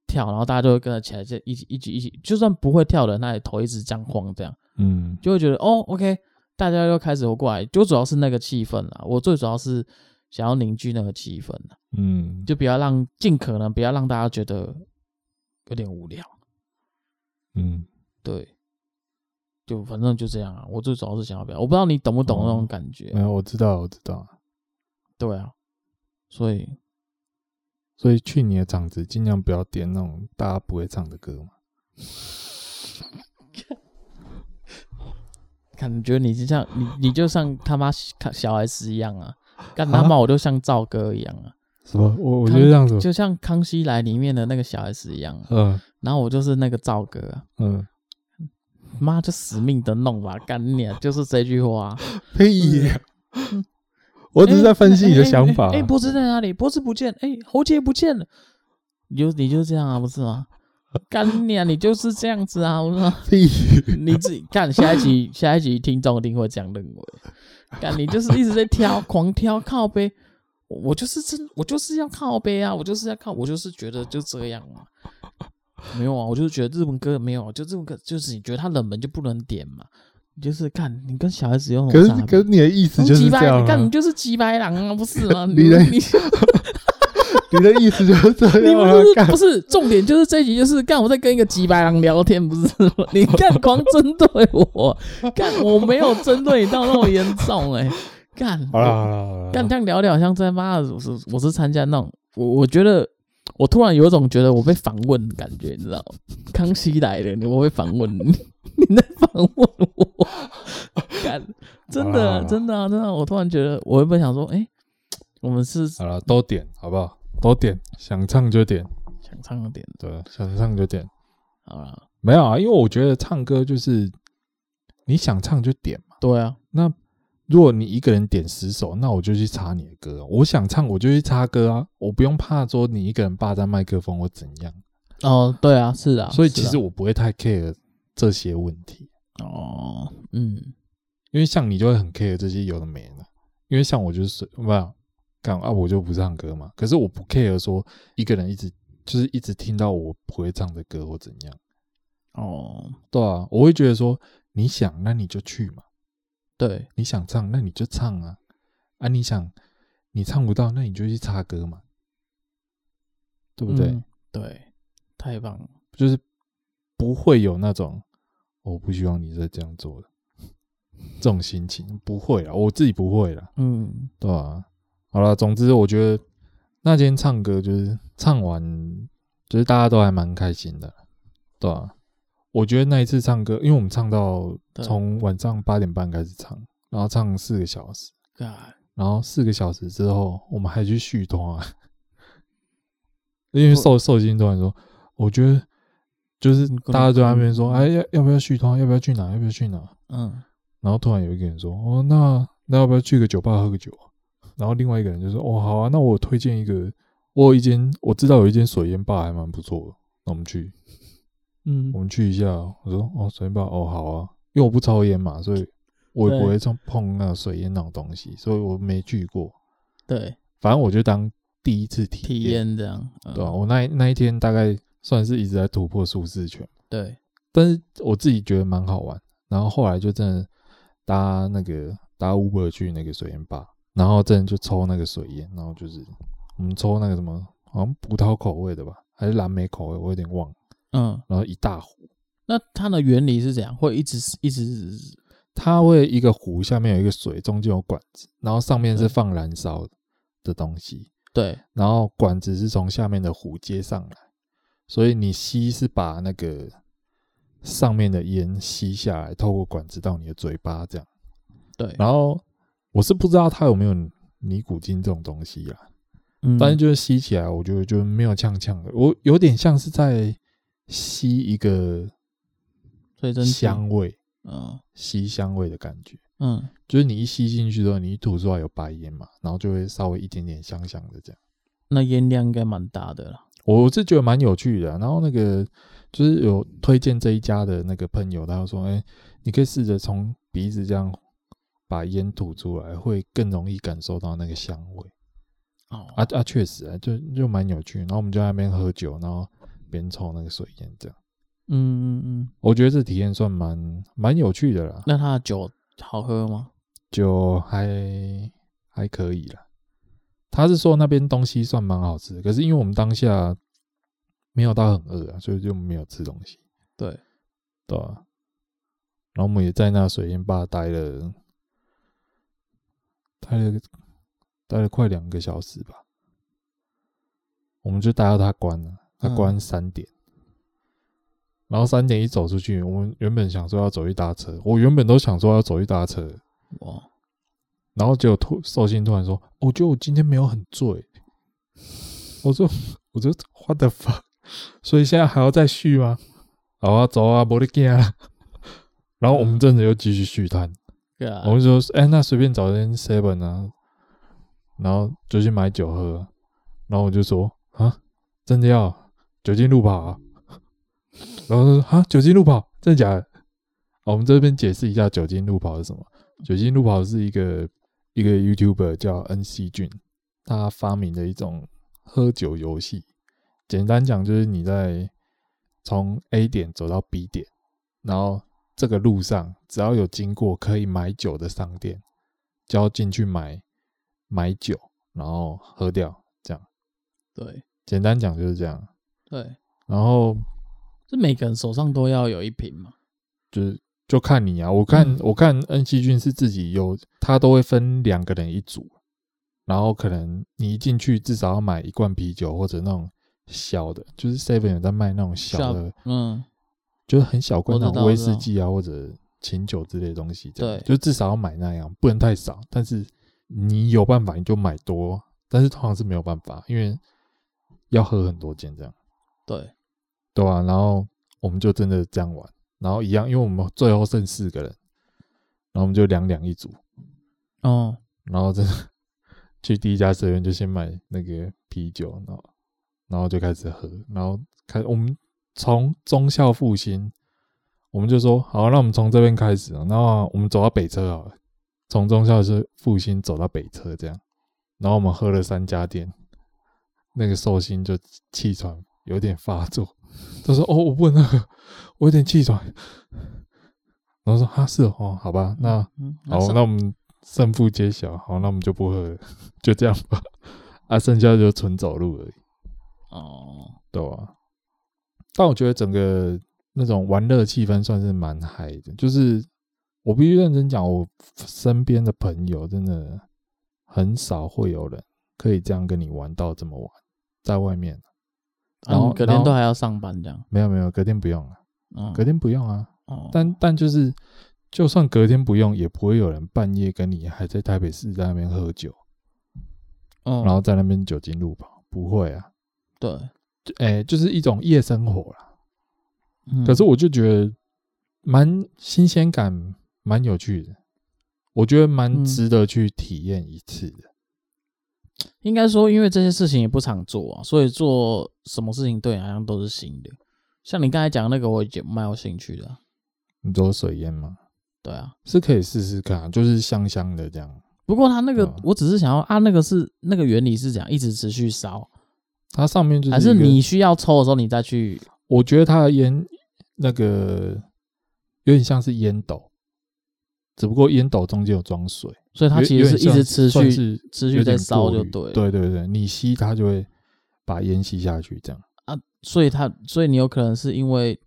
Speaker 2: 跳，然后大家就会跟着起来，就一起一起一起，就算不会跳的，那也头一直这样晃这样。
Speaker 1: 嗯
Speaker 2: 就会觉得哦，OK，大家又开始活过来，就主要是那个气氛啦。我最主要是想要凝聚那个气氛啦，
Speaker 1: 嗯
Speaker 2: 就不要让尽可能不要让大家觉得有点无聊。
Speaker 1: 嗯，
Speaker 2: 对，就反正就这样啊。我最主要是想要表达，我不知道你懂不懂那种
Speaker 1: 哦
Speaker 2: 感觉。啊
Speaker 1: 没有我知道我知道，
Speaker 2: 对啊，所以
Speaker 1: 所以去你的场子尽量不要点那种大家不会唱的歌嘛，
Speaker 2: 感觉你就像你你就像他妈小小 S 一样啊，干他
Speaker 1: 啊
Speaker 2: 妈我就像赵哥一样啊，
Speaker 1: 什么我我觉
Speaker 2: 看
Speaker 1: 得这样子，
Speaker 2: 就像《康熙来》里面的那个小 S 一样啊、
Speaker 1: 嗯
Speaker 2: 然后我就是那个赵哥啊。
Speaker 1: 嗯，
Speaker 2: 妈就死命的弄吧，干你啊！就是这句话、
Speaker 1: 屁呀、 [laughs] 我只是在分析你的想法。
Speaker 2: 哎、
Speaker 1: [laughs]
Speaker 2: 脖子在哪里？脖子不见，哎、喉结不见了。你就你就这样啊，不是吗？干你啊！你就是这样子啊！我说
Speaker 1: 屁！
Speaker 2: 你
Speaker 1: [laughs]
Speaker 2: 自己看下一集，下一集听众一定会这样认为。干你就是一直在挑，狂挑靠背。我我就是真，我就是要靠背啊！我就是要靠，我就是觉得就这样啊。没有啊，我就是觉得日文歌没有啊，就日文歌就是你觉得它冷门就不能点嘛。你就是看你跟小孩子用
Speaker 1: 可是可是你的意思就是
Speaker 2: 鸡
Speaker 1: 这
Speaker 2: 掰，
Speaker 1: 样、
Speaker 2: 你看你
Speaker 1: 啊，
Speaker 2: 就是鸡掰狼啊，不是
Speaker 1: [laughs]
Speaker 2: 吗？
Speaker 1: 你的
Speaker 2: 你
Speaker 1: 你的意思就是 [laughs] 这
Speaker 2: 你
Speaker 1: 样
Speaker 2: 不
Speaker 1: 啊！
Speaker 2: 是
Speaker 1: 干
Speaker 2: 不是重点，就是这一集就是干我在跟一个几白狼聊天，不是吗？你干光针对我，干我没有针对你到那么严
Speaker 1: [laughs]
Speaker 2: 重哎、干
Speaker 1: 好了好了好了，
Speaker 2: 干这样聊聊，像在妈的，我是我是参加那种，我我觉得我突然有一种觉得我被访问的感觉，你知道吗？康熙来了，你我被访
Speaker 1: [laughs]
Speaker 2: 问你，你在访问我，干
Speaker 1: 好
Speaker 2: 真
Speaker 1: 啦好
Speaker 2: 的
Speaker 1: 啦
Speaker 2: 真的啊真的啊，我突然觉得我原本想说，哎、我们是
Speaker 1: 好了，都点好不好？都点，想唱就点，
Speaker 2: 想唱个点，
Speaker 1: 对，想唱就点。
Speaker 2: 好了，
Speaker 1: 没有啊，因为我觉得唱歌就是你想唱就点嘛。
Speaker 2: 对啊。
Speaker 1: 那如果你一个人点十首，那我就去插你的歌。哦我想唱我就去插歌啊，我不用怕说你一个人霸占麦克风或怎样。
Speaker 2: 哦，对啊，是啊，
Speaker 1: 所以
Speaker 2: 是
Speaker 1: 其
Speaker 2: 啊
Speaker 1: 实我不会太 care 这些问题，
Speaker 2: 哦，嗯，
Speaker 1: 因为像你就会很 care 这些有的没的。因为像我就是随不然干啊，我就不唱歌嘛。可是我不 care 说一个人一直就是一直听到我不会唱的歌或怎样。
Speaker 2: 哦，
Speaker 1: 对啊，我会觉得说你想那你就去嘛。
Speaker 2: 对，
Speaker 1: 你想唱，那你就唱啊！啊，你想你唱不到，那你就去插歌嘛，对不对？
Speaker 2: 嗯对，太棒了，
Speaker 1: 就是不会有那种哦我不希望你再这样做的这种心情，不会啦，我自己不会啦，
Speaker 2: 嗯，
Speaker 1: 对吧、好啦，总之我觉得那天唱歌就是唱完，就是大家都还蛮开心的，对吧、我觉得那一次唱歌，因为我们唱到
Speaker 2: 对
Speaker 1: 从晚上八点半开始唱，然后唱四个小时。
Speaker 2: 干
Speaker 1: 然后四个小时之后，我们还去续通
Speaker 2: [laughs]
Speaker 1: 啊。因为寿寿星突然说，我觉得就是
Speaker 2: 嗯可能
Speaker 1: 大家都在那边说，哎，要要不要续通啊？要不要去哪？要不要去哪？
Speaker 2: 嗯，
Speaker 1: 然后突然有一个人说，哦，那那要不要去个酒吧喝个酒啊？然后另外一个人就说，哦，好啊，那我推荐一个，我有一间我知道有一间水烟吧还蛮不错的，那我们去，
Speaker 2: 嗯
Speaker 1: 我，们去一下哦。我说，哦，水烟吧，哦，好啊，因为我不抽烟嘛，所以我也不
Speaker 2: 对
Speaker 1: 会碰碰那个水烟那种东西，所以我没去过。
Speaker 2: 对，
Speaker 1: 反正我就当第一次体
Speaker 2: 体
Speaker 1: 验，
Speaker 2: 验这样，嗯
Speaker 1: 对吧、我那一那一天大概算是一直在突破舒适圈，
Speaker 2: 对，
Speaker 1: 但是我自己觉得蛮好玩。然后后来就真的搭那个搭 Uber 去那个水烟吧，然后真的就抽那个水烟，然后就是我们抽那个什么，好像葡萄口味的吧，还是蓝莓口味，我有点忘了。
Speaker 2: 嗯，
Speaker 1: 然后一大壶，
Speaker 2: 那它的原理是怎样？会一直一直，
Speaker 1: 它会一个壶下面有一个水，中间有管子，然后上面是
Speaker 2: 对
Speaker 1: 放燃烧的东西。
Speaker 2: 对，
Speaker 1: 然后管子是从下面的壶接上来，所以你吸是把那个上面的烟吸下来，透过管子到你的嘴巴这样。
Speaker 2: 对
Speaker 1: 然后我是不知道它有没有尼古丁这种东西啦，
Speaker 2: 嗯，
Speaker 1: 但是就是吸起来，我觉得就没有呛呛的，我有点像是在吸一个
Speaker 2: 所以真
Speaker 1: 香，味，
Speaker 2: 嗯
Speaker 1: 吸香味的感觉。
Speaker 2: 嗯，
Speaker 1: 就是你一吸进去之后，你一吐出来有白烟嘛，然后就会稍微一点点香香的这样。
Speaker 2: 那烟量应该蛮大的啦，
Speaker 1: 我是觉得蛮有趣的啊、然后那个就是有推荐这一家的那个朋友，他就说：“哎、你可以试着从鼻子这样把烟吐出来，会更容易感受到那个香味。
Speaker 2: 哦
Speaker 1: 啊”，啊确实啊，就就蛮有趣。然后我们就在那边喝酒，然后边抽那个水烟，这样
Speaker 2: 嗯嗯嗯，
Speaker 1: 我觉得这体验算蛮蛮有趣的啦，
Speaker 2: 那它的酒好喝吗？
Speaker 1: 就还还可以啦。他是说那边东西算蛮好吃的，可是因为我们当下没有到很饿啊，所以就没有吃东西。
Speaker 2: 对，
Speaker 1: 对啊、然后我们也在那水烟吧待了，待了待了快两个小时吧。我们就待到它关了，它
Speaker 2: 嗯
Speaker 1: 关三点。然后三点一走出去，我们原本想说要走一搭车，我原本都想说要走一搭车，
Speaker 2: 哇，
Speaker 1: 然后结果突寿星突然说：“哦我觉得我今天没有很醉。”我说：“我说 what the fuck？所以现在还要再续吗？”好啊，走啊，没得干啊。然后我们真的又继续续摊，
Speaker 2: 对啊
Speaker 1: 我，们就说：“哎、那随便找间 seven 啊，然后就去买酒喝啊、然后我就说：“啊，真的要酒精路跑啊？”然后他说啊，酒精路跑，真的假的？好，我们这边解释一下酒精路跑是什么。酒精路跑是一个一个 YouTuber 叫 NC 俊，他发明的一种喝酒游戏。简单讲就是你在从 A 点走到 B 点，然后这个路上只要有经过可以买酒的商店，就要进去买买酒，然后喝掉。
Speaker 2: 对
Speaker 1: 简单讲就是这样。
Speaker 2: 对，
Speaker 1: 然后
Speaker 2: 是每个人手上都要有一瓶嘛？
Speaker 1: 就是就看你啊，我看、
Speaker 2: 嗯
Speaker 1: 我看恩熙俊是自己有，他都会分两个人一组，然后可能你一进去至少要买一罐啤酒或者那种小的，就是 Seven 有在卖那种小的，
Speaker 2: 嗯，
Speaker 1: 就是很小罐
Speaker 2: 我知
Speaker 1: 那
Speaker 2: 道
Speaker 1: 种威士忌啊或者琴酒之类的东西，这样
Speaker 2: 对
Speaker 1: 就至少要买那样，不能太少，但是你有办法你就买多，但是通常是没有办法，因为要喝很多件这样。
Speaker 2: 对
Speaker 1: 对啊，然后我们就真的这样玩，然后一样，因为我们最后剩四个人，然后我们就两两一组，
Speaker 2: 哦，
Speaker 1: 然后真的去第一家社员就先买那个啤酒，然后然后就开始喝，然后开我们从忠孝复兴，我们就说好，那我们从这边开始啊，那我们走到北车好了，从忠孝是复兴走到北车这样，然后我们喝了三家店，那个寿星就气喘有点发作，他说哦我不能喝，我有点气喘，然后说哈是哦哦好吧，那。
Speaker 2: 嗯，
Speaker 1: 好，
Speaker 2: 是
Speaker 1: 那我们胜负揭晓。好，那我们就不喝了， [laughs] 就这样吧。 [laughs] 啊，剩下就纯走路而已，
Speaker 2: 哦，
Speaker 1: 对吧、但我觉得整个那种玩乐气氛算是蛮嗨的，就是我必须认真讲，我身边的朋友真的很少会有人可以这样跟你玩到这么晚，在外面。
Speaker 2: 然
Speaker 1: 然后
Speaker 2: 后隔
Speaker 1: 然
Speaker 2: 天
Speaker 1: 后
Speaker 2: 都还要上班这样，
Speaker 1: 没有没有，隔天不用了，
Speaker 2: 嗯，
Speaker 1: 隔天不用啊。
Speaker 2: 哦，
Speaker 1: 但但就是，就算隔天不用，也不会有人半夜跟你还在台北市在那边喝酒。
Speaker 2: 哦，
Speaker 1: 然后在那边酒精路跑，不会啊，
Speaker 2: 对，
Speaker 1: 就诶、就是一种夜生活啦。
Speaker 2: 嗯
Speaker 1: 可是我就觉得蛮新鲜感，蛮有趣的，我觉得蛮
Speaker 2: 嗯
Speaker 1: 值得去体验一次的。
Speaker 2: 应该说，因为这些事情也不常做啊，所以做什么事情对你好像都是新的。像你刚才讲的那个，我也蛮有兴趣的啊、
Speaker 1: 你做水烟吗？
Speaker 2: 对啊。
Speaker 1: 是可以试试看、啊，就是香香的这样。
Speaker 2: 不过它那个，
Speaker 1: 对啊
Speaker 2: 我只是想要啊，那个是那个原理是怎样，一直持续烧，
Speaker 1: 它上面就是
Speaker 2: 还是
Speaker 1: 一个
Speaker 2: 你，需要抽的时候你再去？
Speaker 1: 我觉得它的烟那个有点像是烟斗，只不过烟斗中间有装水，
Speaker 2: 所以它
Speaker 1: 有
Speaker 2: 其实
Speaker 1: 有
Speaker 2: 是
Speaker 1: 点
Speaker 2: 一直持
Speaker 1: 算
Speaker 2: 续
Speaker 1: 是
Speaker 2: 持
Speaker 1: 有
Speaker 2: 续在
Speaker 1: 点
Speaker 2: 烧
Speaker 1: 过
Speaker 2: 就
Speaker 1: 滤
Speaker 2: 对了
Speaker 1: 对对对，你吸它就会把烟吸下去，这样。
Speaker 2: 啊，所以它所以你有可能是因为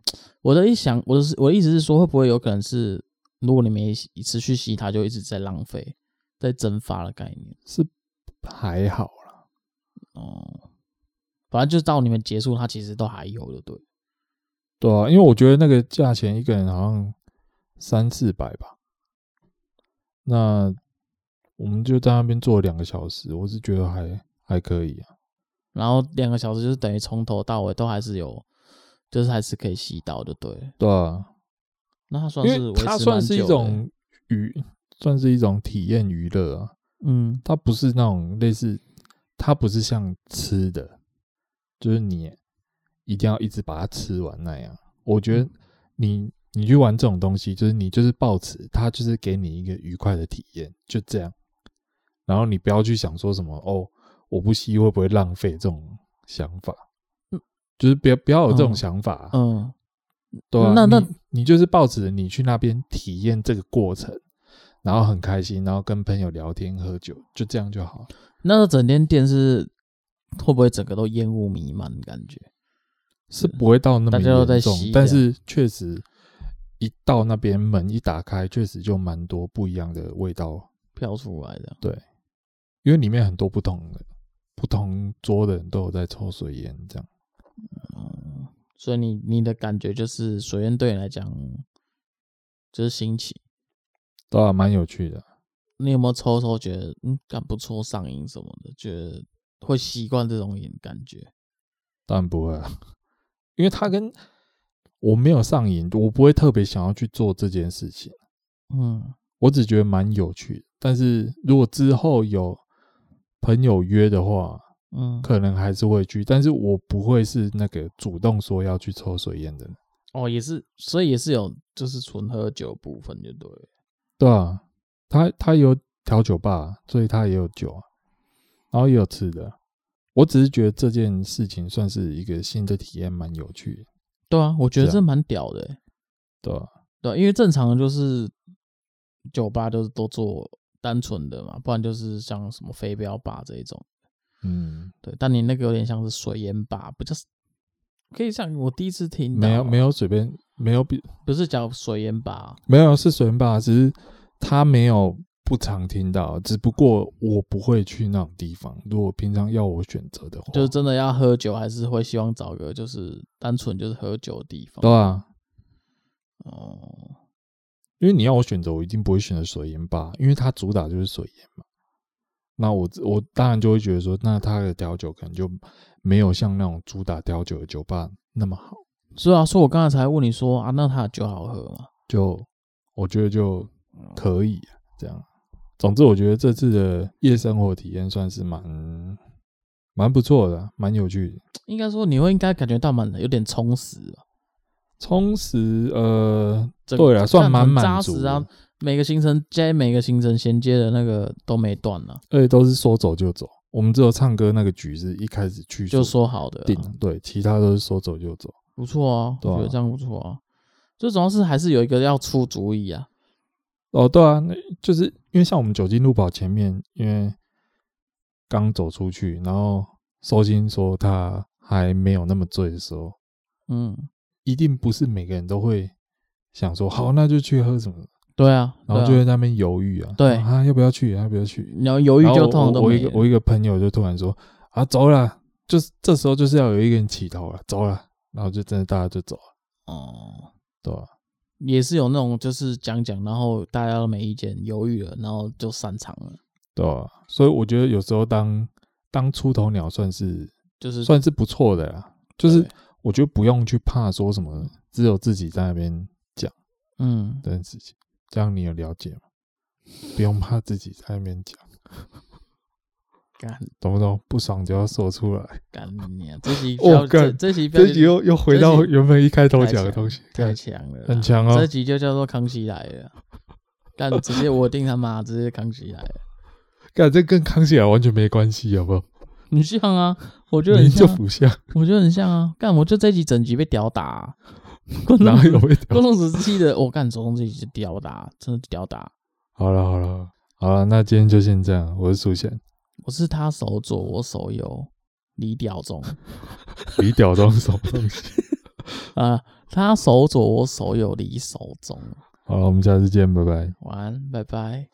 Speaker 2: 我的一想，我的是我的意思是说，会不会有可能是如果你没吸持续吸，它就一直在浪费，在蒸发的概念
Speaker 1: 是还好啦，
Speaker 2: 哦。反正就是到你们结束，它其实都还有的，对了。
Speaker 1: 对啊，因为我觉得那个价钱一个人好像三四百吧，那我们就在那边坐两个小时，我是觉得还还可以啊。
Speaker 2: 然后两个小时就是等于从头到尾都还是有，就是还是可以吸到的，对了。
Speaker 1: 对啊，
Speaker 2: 那它算
Speaker 1: 因
Speaker 2: 是
Speaker 1: 为
Speaker 2: 维持
Speaker 1: 它算是一
Speaker 2: 蛮久的欸
Speaker 1: 种娱，算是一种体验娱乐啊，
Speaker 2: 嗯
Speaker 1: 它不是那种类似，它不是像吃的，就是你一定要一直把它吃完那样。我觉
Speaker 2: 嗯
Speaker 1: 得你你去玩这种东西，就是你就是抱持它，就是给你一个愉快的体验，就这样。然后你不要去想说什么哦，我不吸会不会浪费这种想法，
Speaker 2: 嗯
Speaker 1: 就是不要不要有这种
Speaker 2: 嗯
Speaker 1: 想法啊、
Speaker 2: 嗯
Speaker 1: 对、啊，
Speaker 2: 那那
Speaker 1: 你你就是抱着你去那边体验这个过程，然后很开心，然后跟朋友聊天喝酒，就这样就好。
Speaker 2: 那整间店是会不会整个都烟雾弥漫的感觉？
Speaker 1: 是不会到那么
Speaker 2: 大家都在
Speaker 1: 严重
Speaker 2: 吸，
Speaker 1: 但
Speaker 2: 这
Speaker 1: 是确实一到那边门一打开，确实就蛮多不一样的味道，
Speaker 2: 飘出来的，
Speaker 1: 因为里面很多不同的不同桌的人都有在抽水烟，这样
Speaker 2: 嗯，所以你你的感觉就是水烟对你来讲就是新奇。
Speaker 1: 都啊还蛮有趣的。
Speaker 2: 你有没有抽抽觉得嗯，感不错上瘾什么的，觉得会习惯这种瘾感觉？
Speaker 1: 当然不会啊， [laughs] 因为他跟我没有上瘾，我不会特别想要去做这件事情。
Speaker 2: 嗯
Speaker 1: 我只觉得蛮有趣的。但是如果之后有朋友约的话，
Speaker 2: 嗯，
Speaker 1: 可能还是会去，但是我不会是那个主动说要去抽水烟的人。
Speaker 2: 哦，也是，所以也是有就是纯喝酒部分就对了。
Speaker 1: 对啊，他他有调酒吧，所以他也有酒啊，然后也有吃的。我只是觉得这件事情算是一个新的体验，蛮有趣的，
Speaker 2: 对啊，我觉得
Speaker 1: 是啊
Speaker 2: 这蛮屌的欸、
Speaker 1: 对吧、
Speaker 2: 对啊，因为正常的就是酒吧就是都做单纯的嘛，不然就是像什么飞镖吧这一种。
Speaker 1: 嗯，
Speaker 2: 对，但你那个有点像是水烟吧，不就是可以像我第一次听到，
Speaker 1: 没有没
Speaker 2: 有，
Speaker 1: 有随便没有比
Speaker 2: 不是叫水烟吧？
Speaker 1: 没有是水吧，只是他没有不常听到，只不过我不会去那种地方。如果平常要我选择的话，
Speaker 2: 就是真的要喝酒，还是会希望找个就是单纯就是喝酒的地方。
Speaker 1: 对啊，
Speaker 2: 哦，
Speaker 1: 因为你要我选择，我一定不会选择水烟吧，因为它主打就是水烟嘛。那我我当然就会觉得说，那它的调酒可能就没有像那种主打调酒的酒吧那么好。
Speaker 2: 是啊，所以我刚才才问你说啊，那他的酒好喝吗？
Speaker 1: 就我觉得就可以、啊、这样。总之，我觉得这次的夜生活体验算是蛮蛮不错的，啊蛮有趣的，
Speaker 2: 应该说你会应该感觉到蛮有点充实吧？
Speaker 1: 充实。呃，
Speaker 2: 整个
Speaker 1: 对啊算
Speaker 2: 看得
Speaker 1: 蛮
Speaker 2: 很
Speaker 1: 满
Speaker 2: 扎
Speaker 1: 足
Speaker 2: 实啊
Speaker 1: 的。
Speaker 2: 每个行程接每个行程衔接的那个都没断啊，
Speaker 1: 而且都是说走就走。我们只有唱歌那个局是一开始去
Speaker 2: 就说好的啊、
Speaker 1: 定了，对，其他都是说走就走。
Speaker 2: 不错啊，
Speaker 1: 对啊
Speaker 2: 我觉得这样不错啊。最主要是还是有一个要出主意啊，
Speaker 1: 哦，对啊，那就是因为像我们酒精路跑前面，因为刚走出去，然后收心说他还没有那么醉的时候，
Speaker 2: 嗯，
Speaker 1: 一定不是每个人都会想说好，那就去喝什么，
Speaker 2: 对啊，
Speaker 1: 然后就
Speaker 2: 对啊
Speaker 1: 会在那边犹豫啊，
Speaker 2: 对
Speaker 1: 啊，要不要去，要不要去？
Speaker 2: 你要犹豫
Speaker 1: 然后
Speaker 2: 就
Speaker 1: 我
Speaker 2: 通常都
Speaker 1: 我
Speaker 2: 没
Speaker 1: 一个我一个朋友就突然说啊，走了，就是这时候就是要有一个人起头了，走了，然后就真的大家就走了，
Speaker 2: 哦，
Speaker 1: 对啊吧、
Speaker 2: 也是有那种就是讲讲，然后大家都没意见，犹豫了，然后就散场了，
Speaker 1: 对吧、所以我觉得有时候当当出头鸟算是
Speaker 2: 就是
Speaker 1: 算是不错的啦，就是
Speaker 2: 对
Speaker 1: 我觉得不用去怕说什么，只有自己在那边
Speaker 2: 嗯，
Speaker 1: 这件事情，这样你有了解吗？不用怕自己在那边讲，
Speaker 2: [laughs] 干
Speaker 1: 懂不懂？不爽就要说出来。
Speaker 2: 干你啊！
Speaker 1: [laughs]
Speaker 2: 这集
Speaker 1: 哦
Speaker 2: 要这
Speaker 1: 干
Speaker 2: 这集不要
Speaker 1: 这一集又又回到
Speaker 2: 这一集
Speaker 1: 原本一开头
Speaker 2: 太
Speaker 1: 讲的
Speaker 2: 强
Speaker 1: 东西，
Speaker 2: 太
Speaker 1: 看
Speaker 2: 强了啦，
Speaker 1: 很强
Speaker 2: 这
Speaker 1: 哦。
Speaker 2: 集就叫做康熙来了，干直接我定他妈直接康熙来了，
Speaker 1: 看这跟康熙来完全没关系，好不好？
Speaker 2: 你像啊，我觉得
Speaker 1: 你
Speaker 2: 很
Speaker 1: 就
Speaker 2: 像啊、
Speaker 1: 不像，
Speaker 2: 我觉得很像啊，干我就这一集整集被屌打、
Speaker 1: [laughs]
Speaker 2: 啊，观众
Speaker 1: 哪有被屌？
Speaker 2: 观 [laughs] 众只记得我干周东这一集是屌打，真的是屌打，
Speaker 1: 好了好了好了，那今天就先这样。我是苏贤，
Speaker 2: 我是他手左，我手右，李屌中
Speaker 1: 你屌中什么东
Speaker 2: [laughs]
Speaker 1: 西？
Speaker 2: 啊、他手左，我手右，李手中，
Speaker 1: 好了，我们下次见，拜拜。
Speaker 2: 晚安，拜拜。